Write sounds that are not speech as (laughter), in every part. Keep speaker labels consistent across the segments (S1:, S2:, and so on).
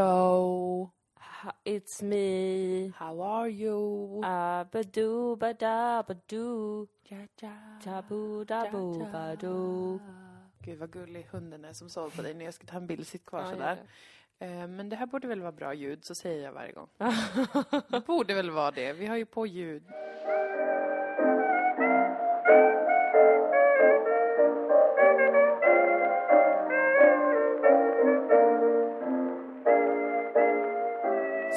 S1: Hello.
S2: H- It's me.
S1: How are you?
S2: Ah, badoo, bada, badoo.
S1: ja, ja.
S2: Tabu, dabu,
S1: Ja, ja.
S2: badu.
S1: Gud vad gullig hunden är som sover på dig när jag ska ta en bild. Sitt kvar
S2: Ja,
S1: sådär.
S2: gör
S1: Eh, Men det här borde väl vara bra ljud, så säger jag
S2: (laughs)
S1: varje gång. det borde väl vara det. Vi har ju på ljud.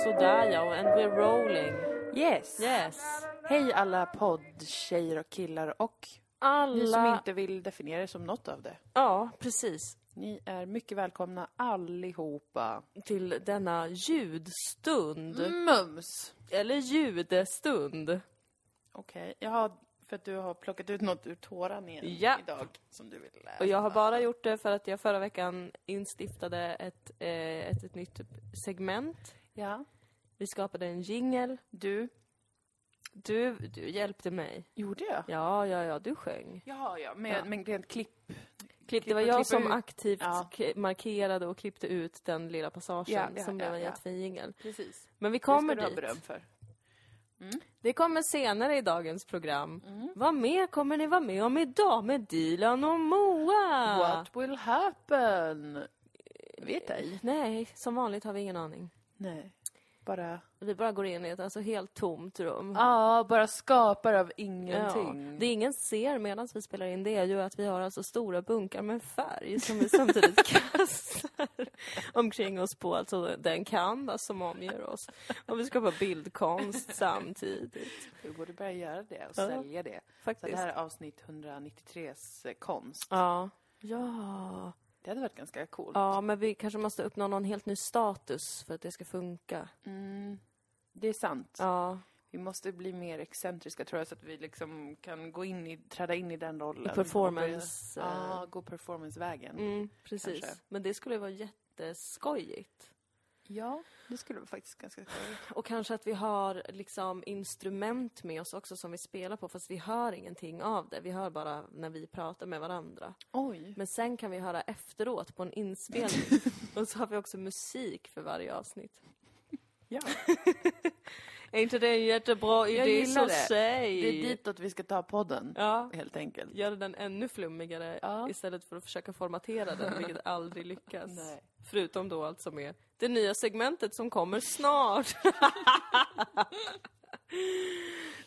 S2: Sådär ja, and we're rolling.
S1: Yes!
S2: Yes.
S1: Hej alla poddtjejer och killar och ni som
S2: Alla...
S1: inte vill definiera er som något av det.
S2: Ja, precis.
S1: Ni är mycket välkomna allihopa.
S2: Till denna ljudstund.
S1: Mums!
S2: Eller ljudestund.
S1: Okej, ja, för att du har plockat ut något ur tåran igen
S2: Ja.
S1: idag som du vill läsa.
S2: Och jag har bara gjort det för att jag förra veckan instiftade ett, eh, ett, ett nytt segment.
S1: Ja.
S2: Vi skapade en jingle.
S1: Du,
S2: Du, du hjälpte mig.
S1: gjorde jag?
S2: Ja, ja, ja, du sjöng.
S1: Ja, ja, men,
S2: Ja.
S1: men rent klipp.
S2: Klipp, det
S1: Klippa-
S2: var jag
S1: klippa
S2: som
S1: ut.
S2: aktivt
S1: Ja.
S2: k- markerade och klippte ut den lilla passagen
S1: Ja, ja,
S2: som blev
S1: ja,
S2: en
S1: ja.
S2: jättefin jingel.
S1: Precis.
S2: Men vi
S1: Kommer
S2: kommer
S1: det ska du ha
S2: dit.
S1: beröm för.
S2: Det kommer senare i dagens program.
S1: Mm.
S2: Vad mer kommer ni vara med om idag med Dilan och Moa? Eh,
S1: What will happen? Vet ej.
S2: Nej, som vanligt har vi ingen aning.
S1: Nej. Bara...
S2: Vi bara går in i ett alltså, helt tomt rum.
S1: Ja, bara skapar av ingenting.
S2: Ja. Det ingen ser medan vi spelar in det är ju att vi har alltså stora bunkar med färg som
S1: (laughs)
S2: vi samtidigt kastar omkring oss på alltså den canvas som omger oss. Och vi
S1: (laughs)
S2: skapar bildkonst samtidigt.
S1: Vi borde börja göra det och
S2: Ja.
S1: sälja det. Så det
S2: Faktiskt.
S1: här är avsnitt 193s eh, konst.
S2: Ja. Ja.
S1: Det hade varit ganska coolt.
S2: ja, men vi kanske måste uppnå någon helt ny status för att det ska funka.
S1: Mm, det är sant.
S2: Ja,
S1: Vi måste bli mer excentriska tror jag så att vi liksom kan gå in i, träda in i den rollen. och
S2: performance.
S1: börja-
S2: eh,
S1: Ja, gå performancevägen.
S2: Mm, precis.
S1: kanske.
S2: Men det skulle vara jätteskojigt.
S1: Ja, det skulle vara faktiskt ganska trevligt.
S2: Och kanske att vi har liksom instrument med oss också som vi spelar på fast vi hör ingenting av det. Vi hör bara när vi pratar med varandra.
S1: Oj!
S2: Men sen kan vi höra efteråt på
S1: (laughs)
S2: en inspelning. Och så har vi också musik för varje avsnitt.
S1: Ja.
S2: (laughs) Är inte det en jättebra
S1: Jag
S2: idé
S1: gillar
S2: så
S1: det.
S2: säg?
S1: Det är ditåt vi ska ta podden,
S2: Ja,
S1: helt enkelt.
S2: gör den ännu flummigare
S1: Ja.
S2: istället för att försöka formatera den, (laughs) vilket aldrig lyckas.
S1: Nej.
S2: Förutom då allt som är det nya segmentet som kommer (laughs) snart.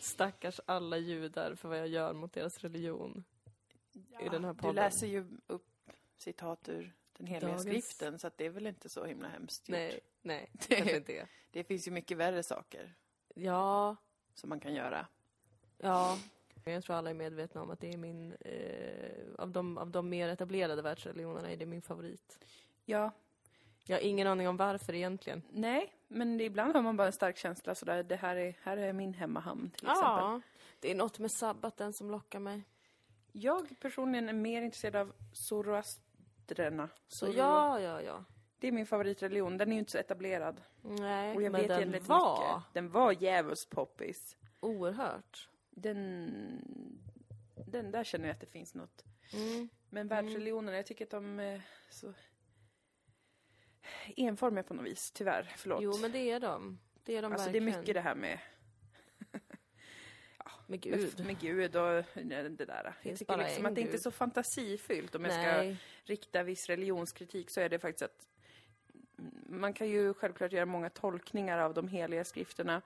S2: Stackars alla judar för vad jag gör mot deras religion. I den här
S1: Du
S2: podden.
S1: läser ju upp citat ur den heliga
S2: Dagens-
S1: skriften så att det är väl inte så himla hemskt gjort.
S2: Nej, (laughs) nej,
S1: Det-
S2: kanske inte det.
S1: Det finns ju mycket värre saker
S2: Ja,
S1: som man kan göra.
S2: ja. Men Jag tror alla är medvetna om att det är min, eh, av, de, av de mer etablerade världsreligionerna är det min favorit.
S1: Ja,
S2: Jag har ingen aning om varför egentligen.
S1: nej, men ibland har man bara en stark känsla sådär, det här är, här är min hemmahamn till
S2: Ja, det är något med sabbaten som lockar mig.
S1: Jag personligen är mer intresserad av zoroastrerna.
S2: Så
S1: Zoro-
S2: ja, ja, ja.
S1: Det är min favoritreligion, den är ju inte så etablerad.
S2: Nej,
S1: Och jag
S2: men
S1: vet
S2: den
S1: egentligen inte
S2: var
S1: mycket. Den var djävulskt poppis.
S2: oerhört.
S1: Den, den där känner jag att det finns något.
S2: Mm.
S1: Men världsreligionerna, jag tycker att de är så enformiga på något vis, tyvärr. Förlåt.
S2: Jo, men det är de. Det är de
S1: alltså det är
S2: verkligen.
S1: mycket det här med,
S2: Med
S1: med,
S2: Gud.
S1: med Gud och eh, det där. Jag
S2: Finns
S1: tycker
S2: bara
S1: liksom
S2: en
S1: att det inte är
S2: Gud.
S1: så fantasifyllt om jag ska
S2: Nej.
S1: rikta viss religionskritik så är det faktiskt att man kan ju självklart göra många tolkningar av de heliga skrifterna.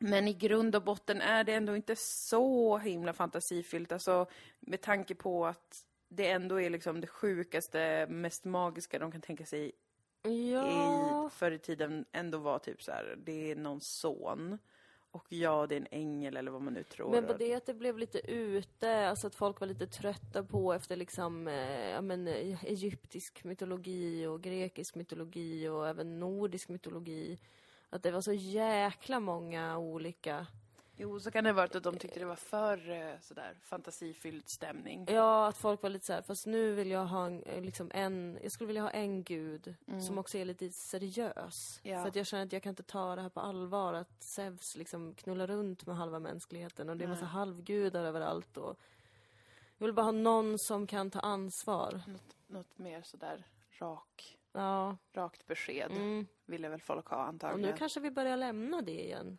S1: Men i grund och botten är det ändå inte så himla fantasifyllt, alltså med tanke på att det ändå är liksom det sjukaste, mest magiska de kan tänka sig
S2: Ja.
S1: i förr i tiden ändå var typ så här, det är någon son och ja, det är en ängel eller vad man nu tror.
S2: Men på det att det blev lite ute, alltså att folk var lite trötta på efter liksom, eh, ja men eh, egyptisk mytologi och grekisk mytologi och även nordisk mytologi. Att det var så jäkla många olika
S1: Jo, så kan det ha varit att de tyckte det var för eh, sådär fantasifylld stämning.
S2: Ja, att folk var lite så här, fast nu vill jag ha en, eh, liksom en, jag skulle vilja ha en gud som också är lite seriös.
S1: Mm. Ja.
S2: För att jag känner att jag kan inte ta det här på allvar, att Zeus liksom knullar runt med halva mänskligheten och det är massa halvgudar överallt och jag vill bara ha någon som kan ta ansvar.
S1: Mm. Något, något mer sådär rak.
S2: Ja.
S1: Rakt besked
S2: Mm.
S1: ville väl folk ha
S2: Och
S1: antagligen.
S2: nu kanske vi börjar lämna det igen.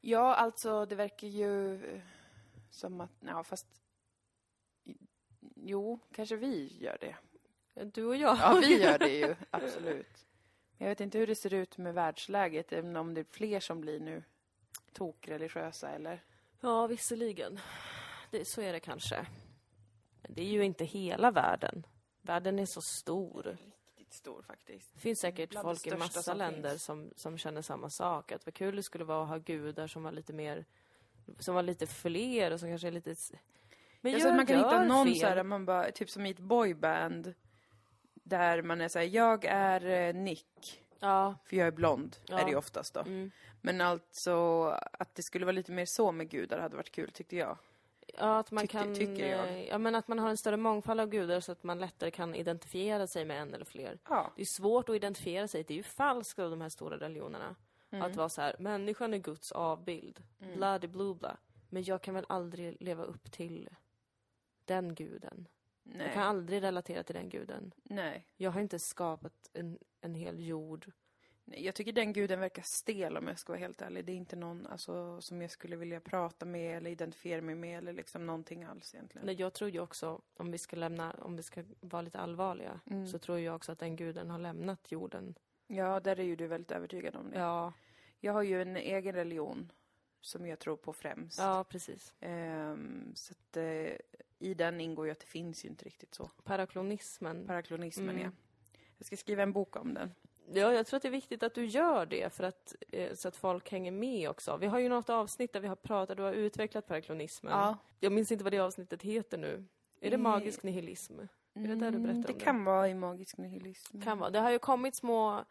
S1: Ja, alltså det verkar ju eh, som att, ja fast... Jo, kanske vi gör det.
S2: Du och jag.
S1: Ja,
S2: (laughs)
S1: vi gör det ju, absolut. Men jag vet inte hur det ser ut med världsläget, även om det är fler som blir nu tokreligiösa eller?
S2: Ja, visserligen. Det, så är det kanske. Men det är ju inte hela världen. Världen är så stor.
S1: Riktigt stor faktiskt.
S2: Det finns säkert
S1: Bland det
S2: folk i
S1: största
S2: massa
S1: som
S2: länder
S1: finns.
S2: som, som känner samma sak. Att vad kul det skulle vara att ha gudar som var lite mer... Som var lite fler och som kanske är lite... s- Men
S1: Jag så att man kan hitta någon
S2: fel.
S1: så här, man bara, typ som i ett boyband, där man är så här, jag är eh, Nick,
S2: Ja.
S1: för jag är blond,
S2: Ja.
S1: är det ju oftast då.
S2: Mm.
S1: Men alltså, att det skulle vara lite mer så med gudar hade varit kul tyckte jag.
S2: Ja, att man
S1: Tycker-
S2: kan...
S1: tycker jag.
S2: eh, Ja, men att man har en större mångfald av gudar så att man lättare kan identifiera sig med en eller fler.
S1: Ja.
S2: Det är svårt att identifiera sig, det är ju falskt av de här stora religionerna. Att
S1: Mm.
S2: vara så här, människan är Guds avbild, mm. bla bla bla. Men jag kan väl aldrig leva upp till den guden. Jag
S1: Nej.
S2: kan aldrig relatera till den guden.
S1: Nej.
S2: Jag har inte skapat en, en hel jord.
S1: Nej, Jag tycker den guden verkar stel om jag ska vara helt ärlig. Det är inte någon alltså, som jag skulle vilja prata med eller identifiera mig med eller liksom någonting alls egentligen.
S2: Men jag tror ju också, om vi ska lämna, om vi ska vara lite allvarliga,
S1: Mm.
S2: så tror jag också att den guden har lämnat jorden.
S1: Ja, där är ju du väldigt övertygad om det.
S2: Ja,
S1: Jag har ju en egen religion som jag tror på främst.
S2: ja precis.
S1: Ehm, så att, eh, I den ingår ju att det finns ju inte riktigt så.
S2: Paraklonismen.
S1: Paraklonismen,
S2: Mm.
S1: ja. Jag ska skriva en bok om den.
S2: Ja, jag tror att det är viktigt att du gör det för att, eh, så att folk hänger med också. Vi har ju något avsnitt där vi har pratat, du har utvecklat paraklonismen.
S1: Ja.
S2: Jag minns inte vad det avsnittet heter nu. Är det
S1: Eh,
S2: magisk nihilism? det där du
S1: Mm,
S2: berättade
S1: det
S2: om det?
S1: kan vara i magisk nihilism.
S2: Kan vara. Det har ju kommit små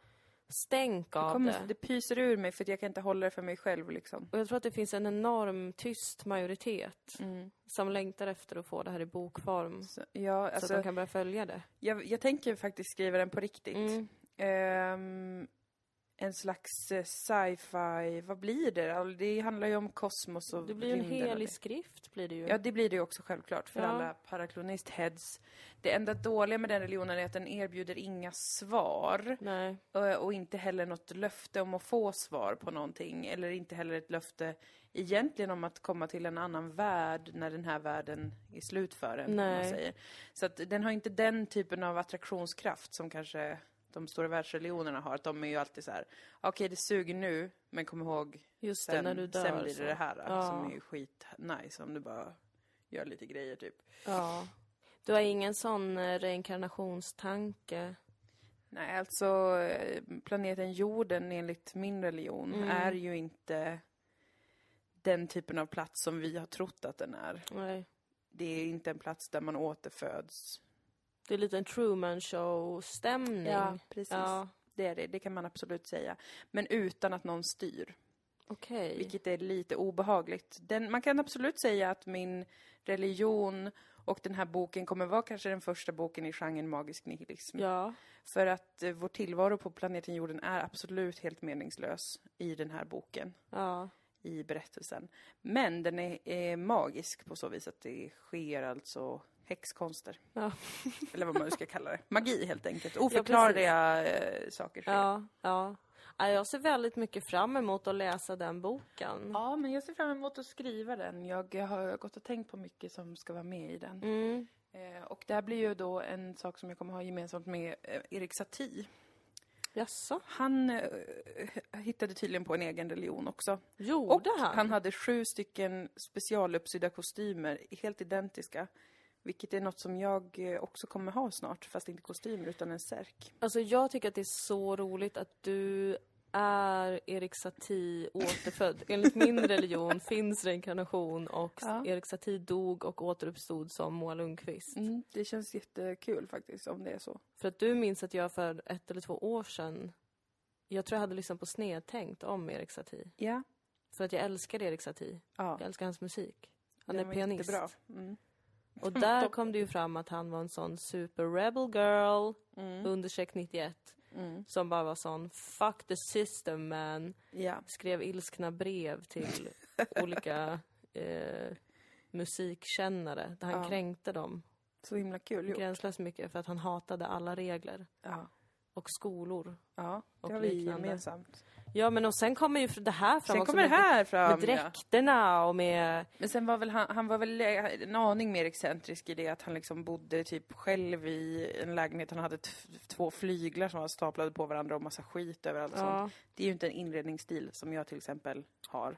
S2: stänk
S1: det,
S2: av
S1: kommer,
S2: det.
S1: det pyser ur mig för att jag kan inte hålla det för mig själv liksom.
S2: Och jag tror att det finns en enorm tyst majoritet som längtar efter att få det här i bokform.
S1: Så, ja,
S2: Mm. så att
S1: alltså,
S2: de kan börja följa det.
S1: jag, jag tänker faktiskt skriva den på riktigt.
S2: Mm.
S1: Ehm, en slags eh, sci-fi, vad blir det? Alltså, det handlar ju om kosmos och
S2: Det blir ju en
S1: rymden och
S2: helig
S1: det.
S2: skrift blir det ju.
S1: Ja, det blir det ju också självklart för
S2: Ja.
S1: alla paraklonist-heads. Det enda dåliga med den religionen är att den erbjuder inga svar
S2: Nej.
S1: eh, och inte heller något löfte om att få svar på någonting eller inte heller ett löfte egentligen om att komma till en annan värld när den här världen är slut för en. om Man
S2: Nej.
S1: säger. Så att den har inte den typen av attraktionskraft som kanske de stora världsreligionerna har. Att de är ju alltid så här, okej det suger nu, men kom ihåg
S2: Just det,
S1: sen,
S2: när du dör.
S1: sen blir
S2: så.
S1: det det här alltså,
S2: Ja.
S1: som är skitnice om du bara gör lite grejer typ.
S2: Ja. Du har ingen sån eh, reinkarnationstanke?
S1: Nej, alltså eh, planeten jorden enligt min religion
S2: Mm.
S1: är ju inte den typen av plats som vi har trott att den är.
S2: Nej.
S1: Det är inte en plats där man återföds.
S2: Det är lite en Truman Show-stämning?
S1: precis.
S2: Mm. Ja,
S1: Det är det, det kan man absolut säga. Men utan att någon styr.
S2: okej.
S1: Vilket är lite obehagligt. Den, man kan absolut säga att min religion och den här boken kommer vara kanske den första boken i genren magisk nihilism.
S2: Ja,
S1: För att eh, vår tillvaro på planeten jorden är absolut helt meningslös i den här boken,
S2: ja.
S1: i berättelsen. Men den är, är magisk på så vis att det sker alltså häxkonster.
S2: Ja.
S1: (laughs) Eller vad man nu ska kalla det. Magi helt enkelt. Oförklarliga eh, saker sker.
S2: ja, ja. Ja, Jag ser väldigt mycket fram emot att läsa den boken.
S1: Ja, men jag ser fram emot att skriva den. Jag har gått och tänkt på mycket som ska vara med i den.
S2: Mm.
S1: Eh, och det här blir ju då en sak som jag kommer ha gemensamt med eh, Erik Satie.
S2: Jaså?
S1: Han eh, hittade tydligen på en egen religion också.
S2: Gjorde
S1: och
S2: han?
S1: han hade sju stycken specialuppsydda kostymer, helt identiska. Vilket är något som jag eh, också kommer ha snart, fast inte kostymer utan en särk.
S2: Alltså jag tycker att det är så roligt att du är Erik Satie
S1: (laughs)
S2: återfödd. Enligt min religion finns reinkarnation och
S1: Ja.
S2: Erik Satie dog och återuppstod som Moa Lundqvist.
S1: Mm, det känns jättekul faktiskt, om det är så.
S2: För att du minns att jag för ett eller två år sedan, jag tror jag hade lyssnat på Snedtänkt om Erik Satie.
S1: Ja.
S2: För att jag älskar Erik Satie.
S1: ja.
S2: Jag älskar hans musik. Han
S1: Den
S2: är
S1: var
S2: pianist.
S1: jättebra. (laughs) Mm.
S2: Och där
S1: Toppen.
S2: kom det ju fram att han var en sån super rebel girl,
S1: Mm.
S2: undersökt 91,
S1: Mm.
S2: som bara var sån fuck the system man,
S1: Ja.
S2: skrev ilskna
S1: (laughs)
S2: brev till olika eh, musikkännare där han
S1: Ja.
S2: kränkte dem
S1: Så himla kul gjort.
S2: gränslöst mycket för att han hatade alla regler.
S1: Ja.
S2: och skolor.
S1: Ja, det
S2: Och
S1: har vi
S2: liknande.
S1: gemensamt.
S2: Ja, men och sen kommer ju det här fram
S1: Sen
S2: också
S1: kommer det
S2: med,
S1: här
S2: med
S1: fram. ja.
S2: dräkterna och med...
S1: Men sen var väl han, han var väl eh, en aning mer excentrisk i det att han liksom bodde typ själv i en lägenhet. Han hade t- två flyglar som var staplade på varandra och massa skit överallt. och Sånt.
S2: Ja,
S1: Det är ju inte en inredningsstil som jag till exempel har.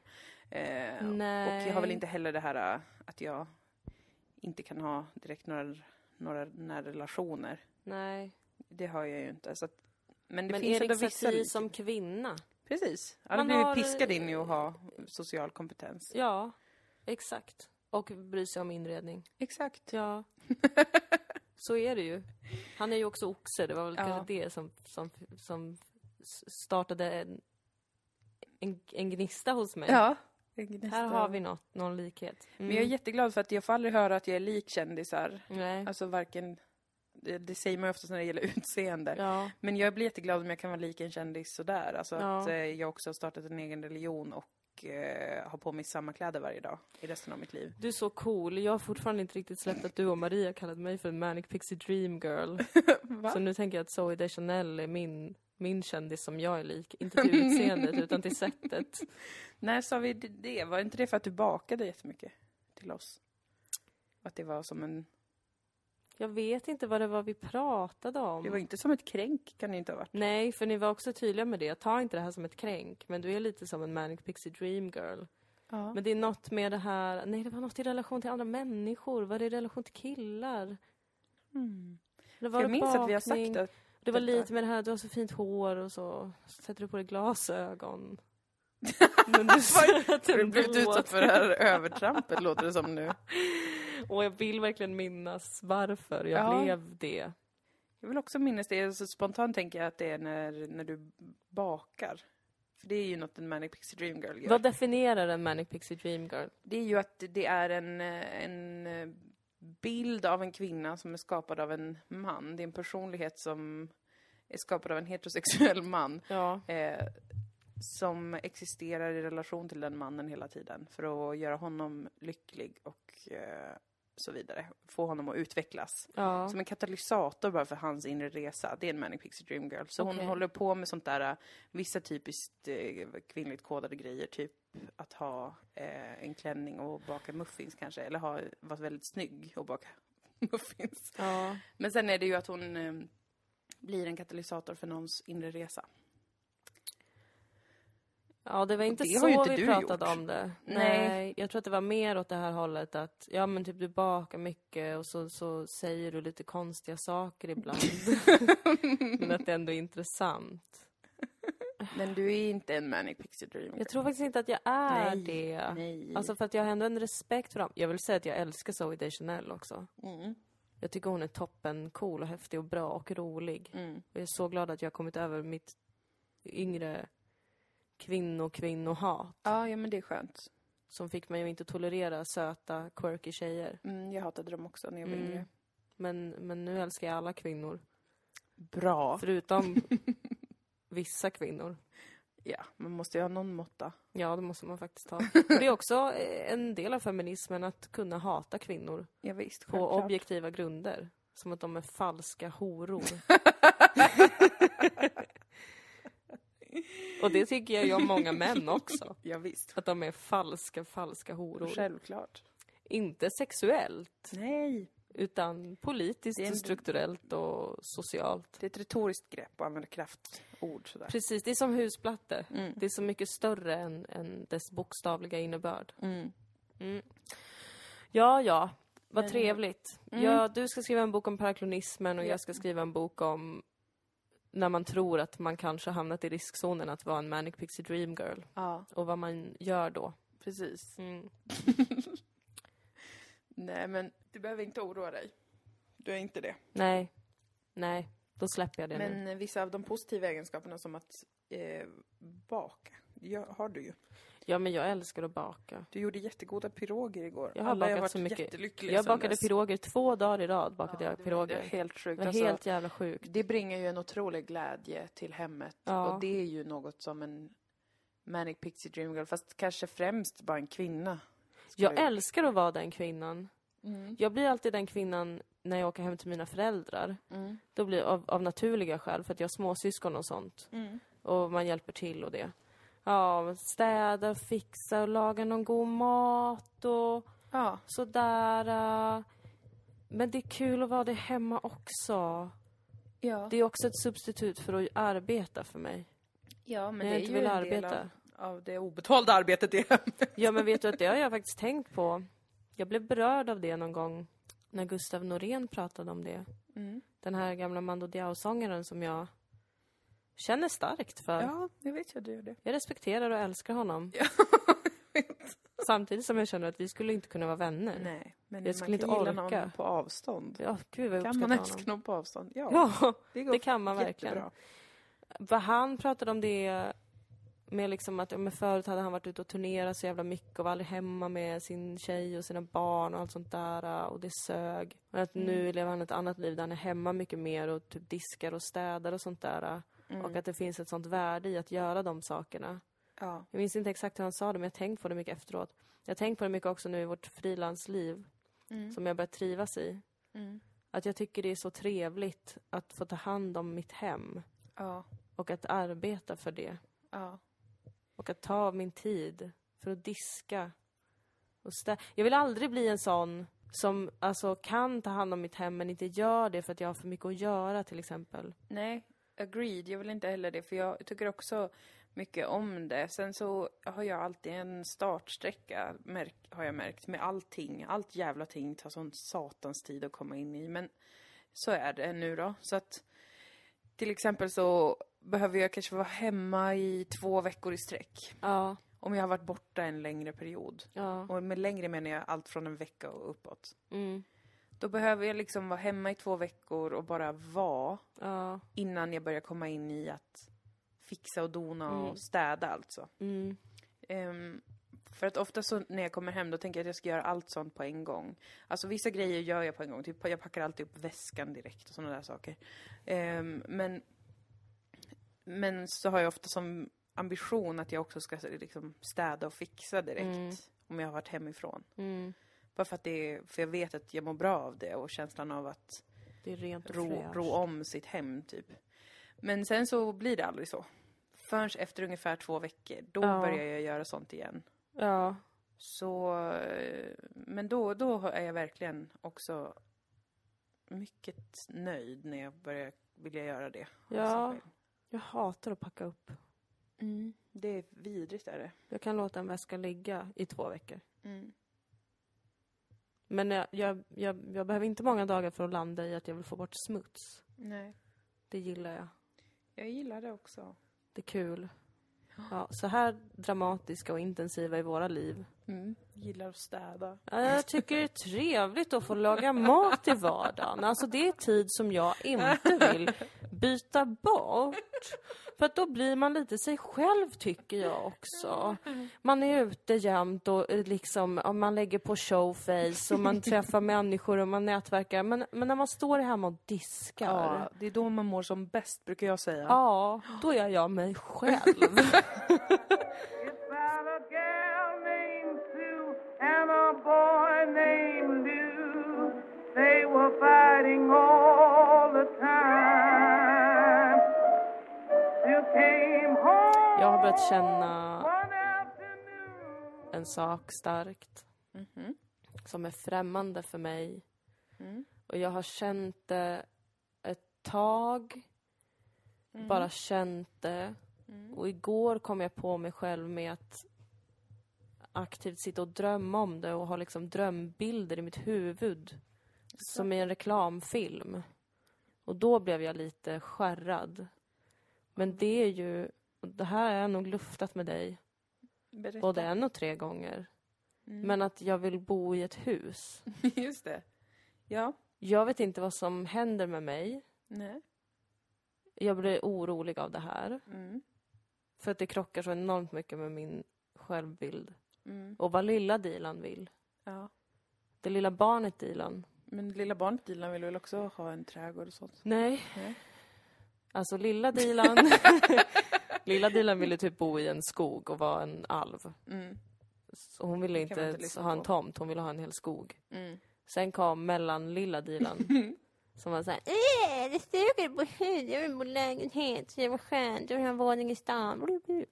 S1: Eh,
S2: Nej.
S1: och jag har väl inte heller det här eh, att jag inte kan ha direkt några, några nära relationer.
S2: nej.
S1: Det har jag ju inte. Så att, men det
S2: men
S1: finns
S2: Erik
S1: ändå vissa...
S2: Satie
S1: lik-
S2: som kvinna.
S1: Precis. Han har
S2: Man
S1: blivit
S2: har- eh,
S1: piskad in i att ha social kompetens.
S2: Ja, exakt. Och bryr sig om inredning.
S1: Exakt. (laughs)
S2: Ja. Så är det ju. Han är ju också oxe, det var väl
S1: Ja.
S2: kanske det som, som, som s- startade en, en, en gnista hos mig.
S1: Ja.
S2: Här har vi något, någon likhet. Mm.
S1: Men jag är jätteglad för att jag får aldrig höra att jag är lik kändisar.
S2: Nej.
S1: Alltså varken, det, det säger man ju oftast när det gäller (laughs) utseende.
S2: Ja.
S1: Men jag blir jätteglad om jag kan vara lik en kändis sådär. Alltså
S2: Ja.
S1: att eh, jag också har startat en egen religion och eh, har på mig samma kläder varje dag i resten av mitt liv.
S2: Du är så cool. Jag har fortfarande inte riktigt släppt att du och Maria kallade mig för en Manic Pixie Dream Girl.
S1: (laughs) Va?
S2: Så nu tänker jag att Zoe Deschanel är min, min kändis som jag är lik. Inte till
S1: (laughs)
S2: utseendet utan till sättet.
S1: När sa vi det- det? Var inte det för att du bakade jättemycket till oss? Att det var som en...
S2: Jag vet inte vad det var vi pratade om.
S1: Det var inte som ett kränk kan det inte ha varit.
S2: Nej, för ni var också tydliga med det. Ta inte det här som ett kränk, men du är lite som en Manic Pixie Dream Girl.
S1: Ja.
S2: Men det är något med det här, nej det var något i relation till andra människor, var det i relation till killar?
S1: Mm.
S2: Eller var
S1: Jag
S2: det
S1: minns att vi har
S2: bakning?
S1: sagt att...
S2: Det var
S1: detta.
S2: lite med det här, du har så fint hår och så, så sätter du på
S1: (laughs)
S2: dig glasögon. Men du ser
S1: Har (laughs)
S2: att
S1: du
S2: den
S1: blivit
S2: blå-
S1: utsatt för det här övertrampet låter det som nu.
S2: Och jag vill verkligen minnas varför jag
S1: Ja.
S2: blev det.
S1: Jag vill också minnas det, så spontant tänker jag att det är när, när du bakar. För det är ju något en Manic Pixie Dream Girl gör.
S2: Vad definierar en Manic Pixie Dream Girl?
S1: Det är ju att det är en, eh, en eh, bild av en kvinna som är skapad av en man. Det är en personlighet som är skapad av en heterosexuell (laughs) man.
S2: Ja,
S1: Eh, som existerar i relation till den mannen hela tiden. För att göra honom lycklig och eh, så vidare. Få honom att utvecklas.
S2: ja.
S1: Som en katalysator bara för hans inre resa. Det är en Manic Pixie Dream Girl. Så
S2: Okej.
S1: hon håller på med sånt där, eh, vissa typiskt eh, kvinnligt kodade grejer. Typ att ha eh, en klänning och baka muffins kanske. Eller ha, vara väldigt snygg och baka (laughs) muffins.
S2: ja.
S1: Men sen är det ju att hon eh, blir en katalysator för någons inre resa.
S2: Ja, det var inte
S1: det har
S2: så
S1: ju inte
S2: vi
S1: du
S2: pratade
S1: gjort.
S2: om det.
S1: Nej.
S2: Nej. jag tror att det var mer åt det här hållet att, ja men typ du bakar mycket och så, så säger du lite konstiga
S1: (laughs)
S2: saker ibland. men att det ändå är intressant.
S1: Men du är inte en Manic Pixie Dream Girl.
S2: Jag tror faktiskt inte att jag är
S1: Nej,
S2: det.
S1: Nej.
S2: Alltså för att jag har ändå en respekt för dem. Jag vill säga att jag älskar Zoe Deschanel också.
S1: Mm.
S2: Jag tycker hon är toppen cool och häftig och bra och rolig.
S1: Mm.
S2: Och jag är så glad att jag har kommit över mitt yngre kvinno-kvinnohat.
S1: Ja, ja, men det är skönt.
S2: som fick mig att inte tolerera söta, quirky tjejer.
S1: Mm, jag hatade dem också när jag var
S2: Mm.
S1: yngre.
S2: Men, men nu älskar jag alla kvinnor.
S1: Bra. (laughs)
S2: Förutom vissa kvinnor.
S1: Ja, man måste ju ha någon måtta.
S2: Ja, det måste man faktiskt ha.
S1: (laughs)
S2: Och det är också eh, en del av feminismen att kunna hata kvinnor
S1: Ja, visst,
S2: på
S1: självklart.
S2: objektiva grunder. Som att de är
S1: (laughs)
S2: falska horor. Och det tycker jag ju om många män också.
S1: Ja, visst.
S2: Att de är falska, falska horor.
S1: Självklart.
S2: Inte sexuellt.
S1: Nej.
S2: Utan politiskt,
S1: Det är en-
S2: strukturellt och socialt.
S1: Det är ett retoriskt grepp att använda kraftord sådär.
S2: Precis, det är som husplatte.
S1: Mm.
S2: Det är så mycket större än, än dess bokstavliga innebörd.
S1: Mm.
S2: Ja, ja. Vad
S1: Men-
S2: trevligt.
S1: Mm.
S2: Ja, du ska skriva en bok om paraklonismen och
S1: Ja.
S2: jag ska skriva en bok om när man tror att man kanske har hamnat i riskzonen att vara en Manic Pixie Dream Girl
S1: Ja,
S2: och vad man gör då.
S1: precis.
S2: Mm.
S1: Nej, men du behöver inte oroa dig. Du är inte det.
S2: Nej, nej, då släpper jag det nu.
S1: Men eh, vissa av de positiva egenskaperna som att eh, baka, ja, har du ju.
S2: Ja, men jag älskar att baka.
S1: Du gjorde jättegoda piroger igår.
S2: Jag har
S1: Alla
S2: bakat
S1: varit
S2: så mycket.
S1: jättelyckliga
S2: Jag
S1: sedan
S2: bakade
S1: dess.
S2: piroger två dagar i rad. Bakade
S1: liksom Ja,
S2: jag
S1: det var- det var
S2: piroger.
S1: Helt
S2: Det
S1: sjukt.
S2: var
S1: Alltså,
S2: helt jävla sjukt.
S1: Det bringar ju en otrolig glädje till hemmet.
S2: Ja.
S1: Och det är ju något som en Manic Pixie Dream Girl, fast kanske främst bara en kvinna. skulle
S2: Jag älskar att vara den kvinnan.
S1: Mm.
S2: Jag blir alltid den kvinnan när jag åker hem till mina föräldrar.
S1: Mm.
S2: Då blir av, av naturliga skäl, för att jag har småsyskon och sånt.
S1: Mm.
S2: Och man hjälper till och det. Ja, men städa och fixa och laga någon god mat och
S1: Ja.
S2: sådär. eh. Men det är kul att vara det hemma också.
S1: Ja.
S2: Det är också ett substitut för att arbeta för mig.
S1: ja, men
S2: när
S1: det
S2: jag
S1: är
S2: inte
S1: ju
S2: vill
S1: en
S2: arbeta.
S1: del av, av det obetalda arbetet i hemmet.
S2: Ja, men vet du att det har jag faktiskt tänkt på. Jag blev berörd av det någon gång när Gustav Norén pratade om det.
S1: Mm.
S2: Den här gamla Mando Diao-sångaren som jag känner starkt för.
S1: Ja, det vet jag du gör det.
S2: Jag respekterar och älskar honom.
S1: Ja,
S2: (laughs) Samtidigt som jag känner att vi skulle inte kunna vara vänner.
S1: Nej, men
S2: Jag skulle
S1: man kan
S2: inte
S1: gilla
S2: orka.
S1: någon på avstånd.
S2: Ja, gud vad jag
S1: Kan man
S2: uppskattar
S1: älska
S2: honom.
S1: någon på avstånd? Ja,
S2: Ja,
S1: det går
S2: det kan man verkligen.
S1: jättebra.
S2: Vad han pratade om det med liksom att ja, men förut hade han varit ute och turnerat så jävla mycket och var aldrig hemma med sin tjej och sina barn och allt sånt där äh, och det sög. Men att nu lever han ett annat liv där han är hemma mycket mer och typ diskar och städar och sånt där. äh, Och att det finns ett sånt värde i att göra de sakerna.
S1: Ja.
S2: Jag minns inte exakt hur han sa det men jag har tänkt på det mycket efteråt. Jag har tänkt på det mycket också nu i vårt frilansliv som jag börjar trivas i.
S1: Mm.
S2: Att jag tycker det är så trevligt att få ta hand om mitt hem
S1: Ja.
S2: och att arbeta för det.
S1: Ja.
S2: Och att ta av min tid för att diska. Och stä- jag vill aldrig bli en sån som alltså, kan ta hand om mitt hem men inte gör det för att jag har för mycket att göra till exempel.
S1: Nej, agreed. Jag vill inte heller det, för jag tycker också mycket om det. Sen så har jag alltid en startsträcka, märk, har jag märkt, med allting. Allt jävla ting tar sån satans tid att komma in i, men så är det nu då. Så att till exempel så behöver jag kanske vara hemma i två veckor i sträck.
S2: Ja,
S1: Om jag har varit borta en längre period.
S2: ja.
S1: Och med längre menar jag allt från en vecka och uppåt.
S2: Mm,
S1: Då behöver jag liksom vara hemma i två veckor och bara vara
S2: ja.
S1: innan jag börjar komma in i att fixa och dona
S2: Mm.
S1: och städa alltså.
S2: Mm,
S1: Ehm, för att ofta så när jag kommer hem då tänker jag att jag ska göra allt sånt på en gång. Alltså vissa grejer gör jag på en gång, typ jag packar alltid upp väskan direkt och sådana där saker. Ehm, men, men så har jag ofta som ambition att jag också ska liksom, städa och fixa direkt.
S2: Mm.
S1: Om jag har varit hemifrån.
S2: mm.
S1: Bara för att det är, för jag vet att jag mår bra av det och känslan av att
S2: Det är rent och
S1: ro,
S2: fräscht.
S1: ro om sitt hem, typ. Men sen så blir det aldrig så. Förrän efter ungefär två veckor, då
S2: Ja.
S1: börjar jag göra sånt igen.
S2: Ja,
S1: Så, eh, men då, då är jag verkligen också mycket nöjd när jag börjar vilja göra det. av
S2: Ja.
S1: sig själv.
S2: jag hatar att packa upp.
S1: Det är vidrigt är det.
S2: Jag kan låta en väska ligga i två veckor.
S1: Mm.
S2: Men jag, jag, jag, jag behöver inte många dagar för att landa i att jag vill få bort smuts.
S1: Nej,
S2: Det gillar jag.
S1: jag gillar det också.
S2: Det är kul. Ja, så här dramatiska och intensiva i våra liv.
S1: Mm. Gillar att städa.
S2: Ja, Jag tycker det är trevligt att få laga mat i vardagen. Alltså det är tid som jag inte vill byta bort. För att då blir man lite sig själv tycker jag också. Man är ute jämt och eh, liksom, ja, man lägger på showface och
S1: (laughs)
S2: man träffar människor och man nätverkar. Men, men när man står hemma och diskar.
S1: Ja, det är då man mår som bäst, brukar jag säga.
S2: Ja, då är jag mig själv.
S3: It's about a girl named Sue and a boy named Lou. They were fighting all the time. Sue came home
S2: Jag har börjat känna
S3: one afternoon.
S2: en sak starkt som är främmande för mig. Och jag har känt det ett tag, bara känt det. Och igår kom jag på mig själv med att aktivt sitta och drömma om det och ha liksom drömbilder i mitt huvud. Som i en reklamfilm. Och då blev jag lite skärrad. Men det är ju, och det här har jag nog luftat med dig
S1: Berätta.
S2: både en och tre gånger. Men att jag vill bo i ett hus.
S1: (laughs) Just det. Ja.
S2: Jag vet inte vad som händer med mig.
S1: Nej.
S2: Jag blir orolig av det här.
S1: Mm.
S2: För att det krockar så enormt mycket med min självbild.
S1: Mm.
S2: Och vad lilla Dilan vill.
S1: Ja.
S2: Det lilla barnet Dilan.
S1: Men lilla barnet Dilan vill väl också ha en trädgård och sånt?
S2: Nej.
S1: Nej.
S2: Alltså lilla Dilan.
S1: (laughs)
S2: lilla Dilan ville typ bo i en skog och vara en alv.
S1: Mm.
S2: Så hon ville
S1: Det kan man
S2: inte
S1: inte lyssna
S2: ha en
S1: på.
S2: tomt, hon ville ha en hel skog.
S1: Mm.
S2: Sen kom mellan
S1: (laughs)
S2: lilla Dilan. som var såhär, "Eh, det suger på hud, jag vill bo i lägenhet, så jag var skönt, jag vill ha en våning i stan. Blu, blu."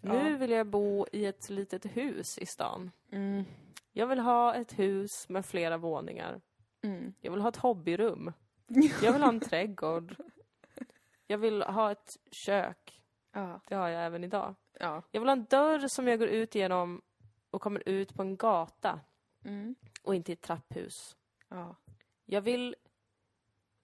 S2: Nu vill jag bo i ett litet hus i stan.
S1: Mm.
S2: Jag vill ha ett hus med flera våningar.
S1: Mm.
S2: Jag vill ha ett hobbyrum. Jag vill
S1: (laughs)
S2: ha en trädgård. Jag vill ha ett kök.
S1: Ja.
S2: Det har jag även idag.
S1: Ja.
S2: Jag vill ha en dörr som jag går ut genom och kommer ut på en gata
S1: Mm.
S2: och inte i ett trapphus.
S1: Ja.
S2: Jag vill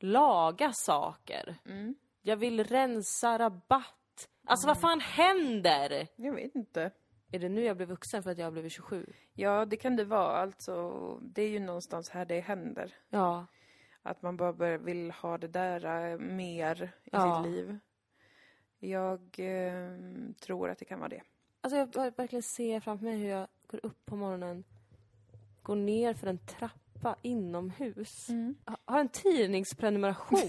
S2: laga saker.
S1: Mm.
S2: Jag vill rensa rabatt. Alltså vad fan händer?
S1: Jag vet inte.
S2: Är det nu jag blev vuxen för att jag blev 27?
S1: Ja, det kan det vara. Alltså, det är ju någonstans här det händer.
S2: Ja.
S1: Att man bara bör, vill ha det där eh, mer i
S2: Ja.
S1: sitt liv. Jag eh, tror att det kan vara det.
S2: Alltså jag ver- verkligen ser framför mig hur jag går upp på morgonen, går ner för en trappa inomhus, ha- har en tidningsprenumeration, (laughs)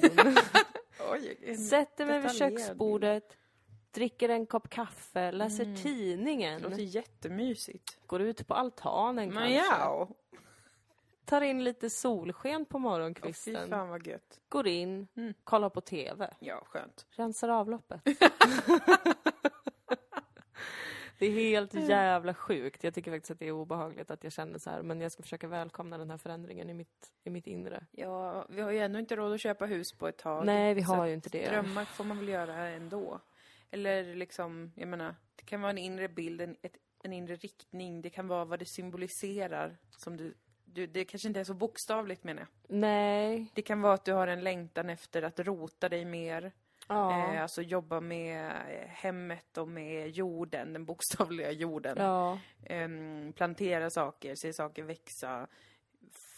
S1: Oj,
S2: sätter mig vid
S1: detaljerad
S2: köksbordet, dricker en kopp kaffe, läser
S1: Mm.
S2: tidningen,
S1: det låter jättemysigt.
S2: går ut på altanen
S1: Men
S2: kanske,
S1: ja,
S2: tar in lite solsken på
S1: Åh, fy
S2: morgonkvisten,
S1: fan Mm. vad gött.
S2: går in, kollar på TV,
S1: Ja, skönt. (laughs)
S2: rensar avloppet. Det är helt
S1: Mm.
S2: jävla sjukt. Jag tycker faktiskt att det är obehagligt att jag känner så här. Men jag ska försöka välkomna den här förändringen i mitt, i mitt inre.
S1: Ja, vi har ju ändå inte råd att köpa hus på ett tag.
S2: Nej, vi
S1: Så
S2: har
S1: att
S2: ju inte det.
S1: Drömmar får man väl göra ändå. Eller liksom, jag menar, det kan vara en inre bild, en, ett, en inre riktning, det kan vara vad det symboliserar. Som du, du, det kanske inte är så bokstavligt menar jag.
S2: Nej.
S1: Det kan vara att du har en längtan efter att rota dig mer.
S2: Ja.
S1: Eh, alltså jobba med eh, hemmet och med jorden, den bokstavliga jorden.
S2: Ja.
S1: Em, ehm, plantera saker, se saker växa,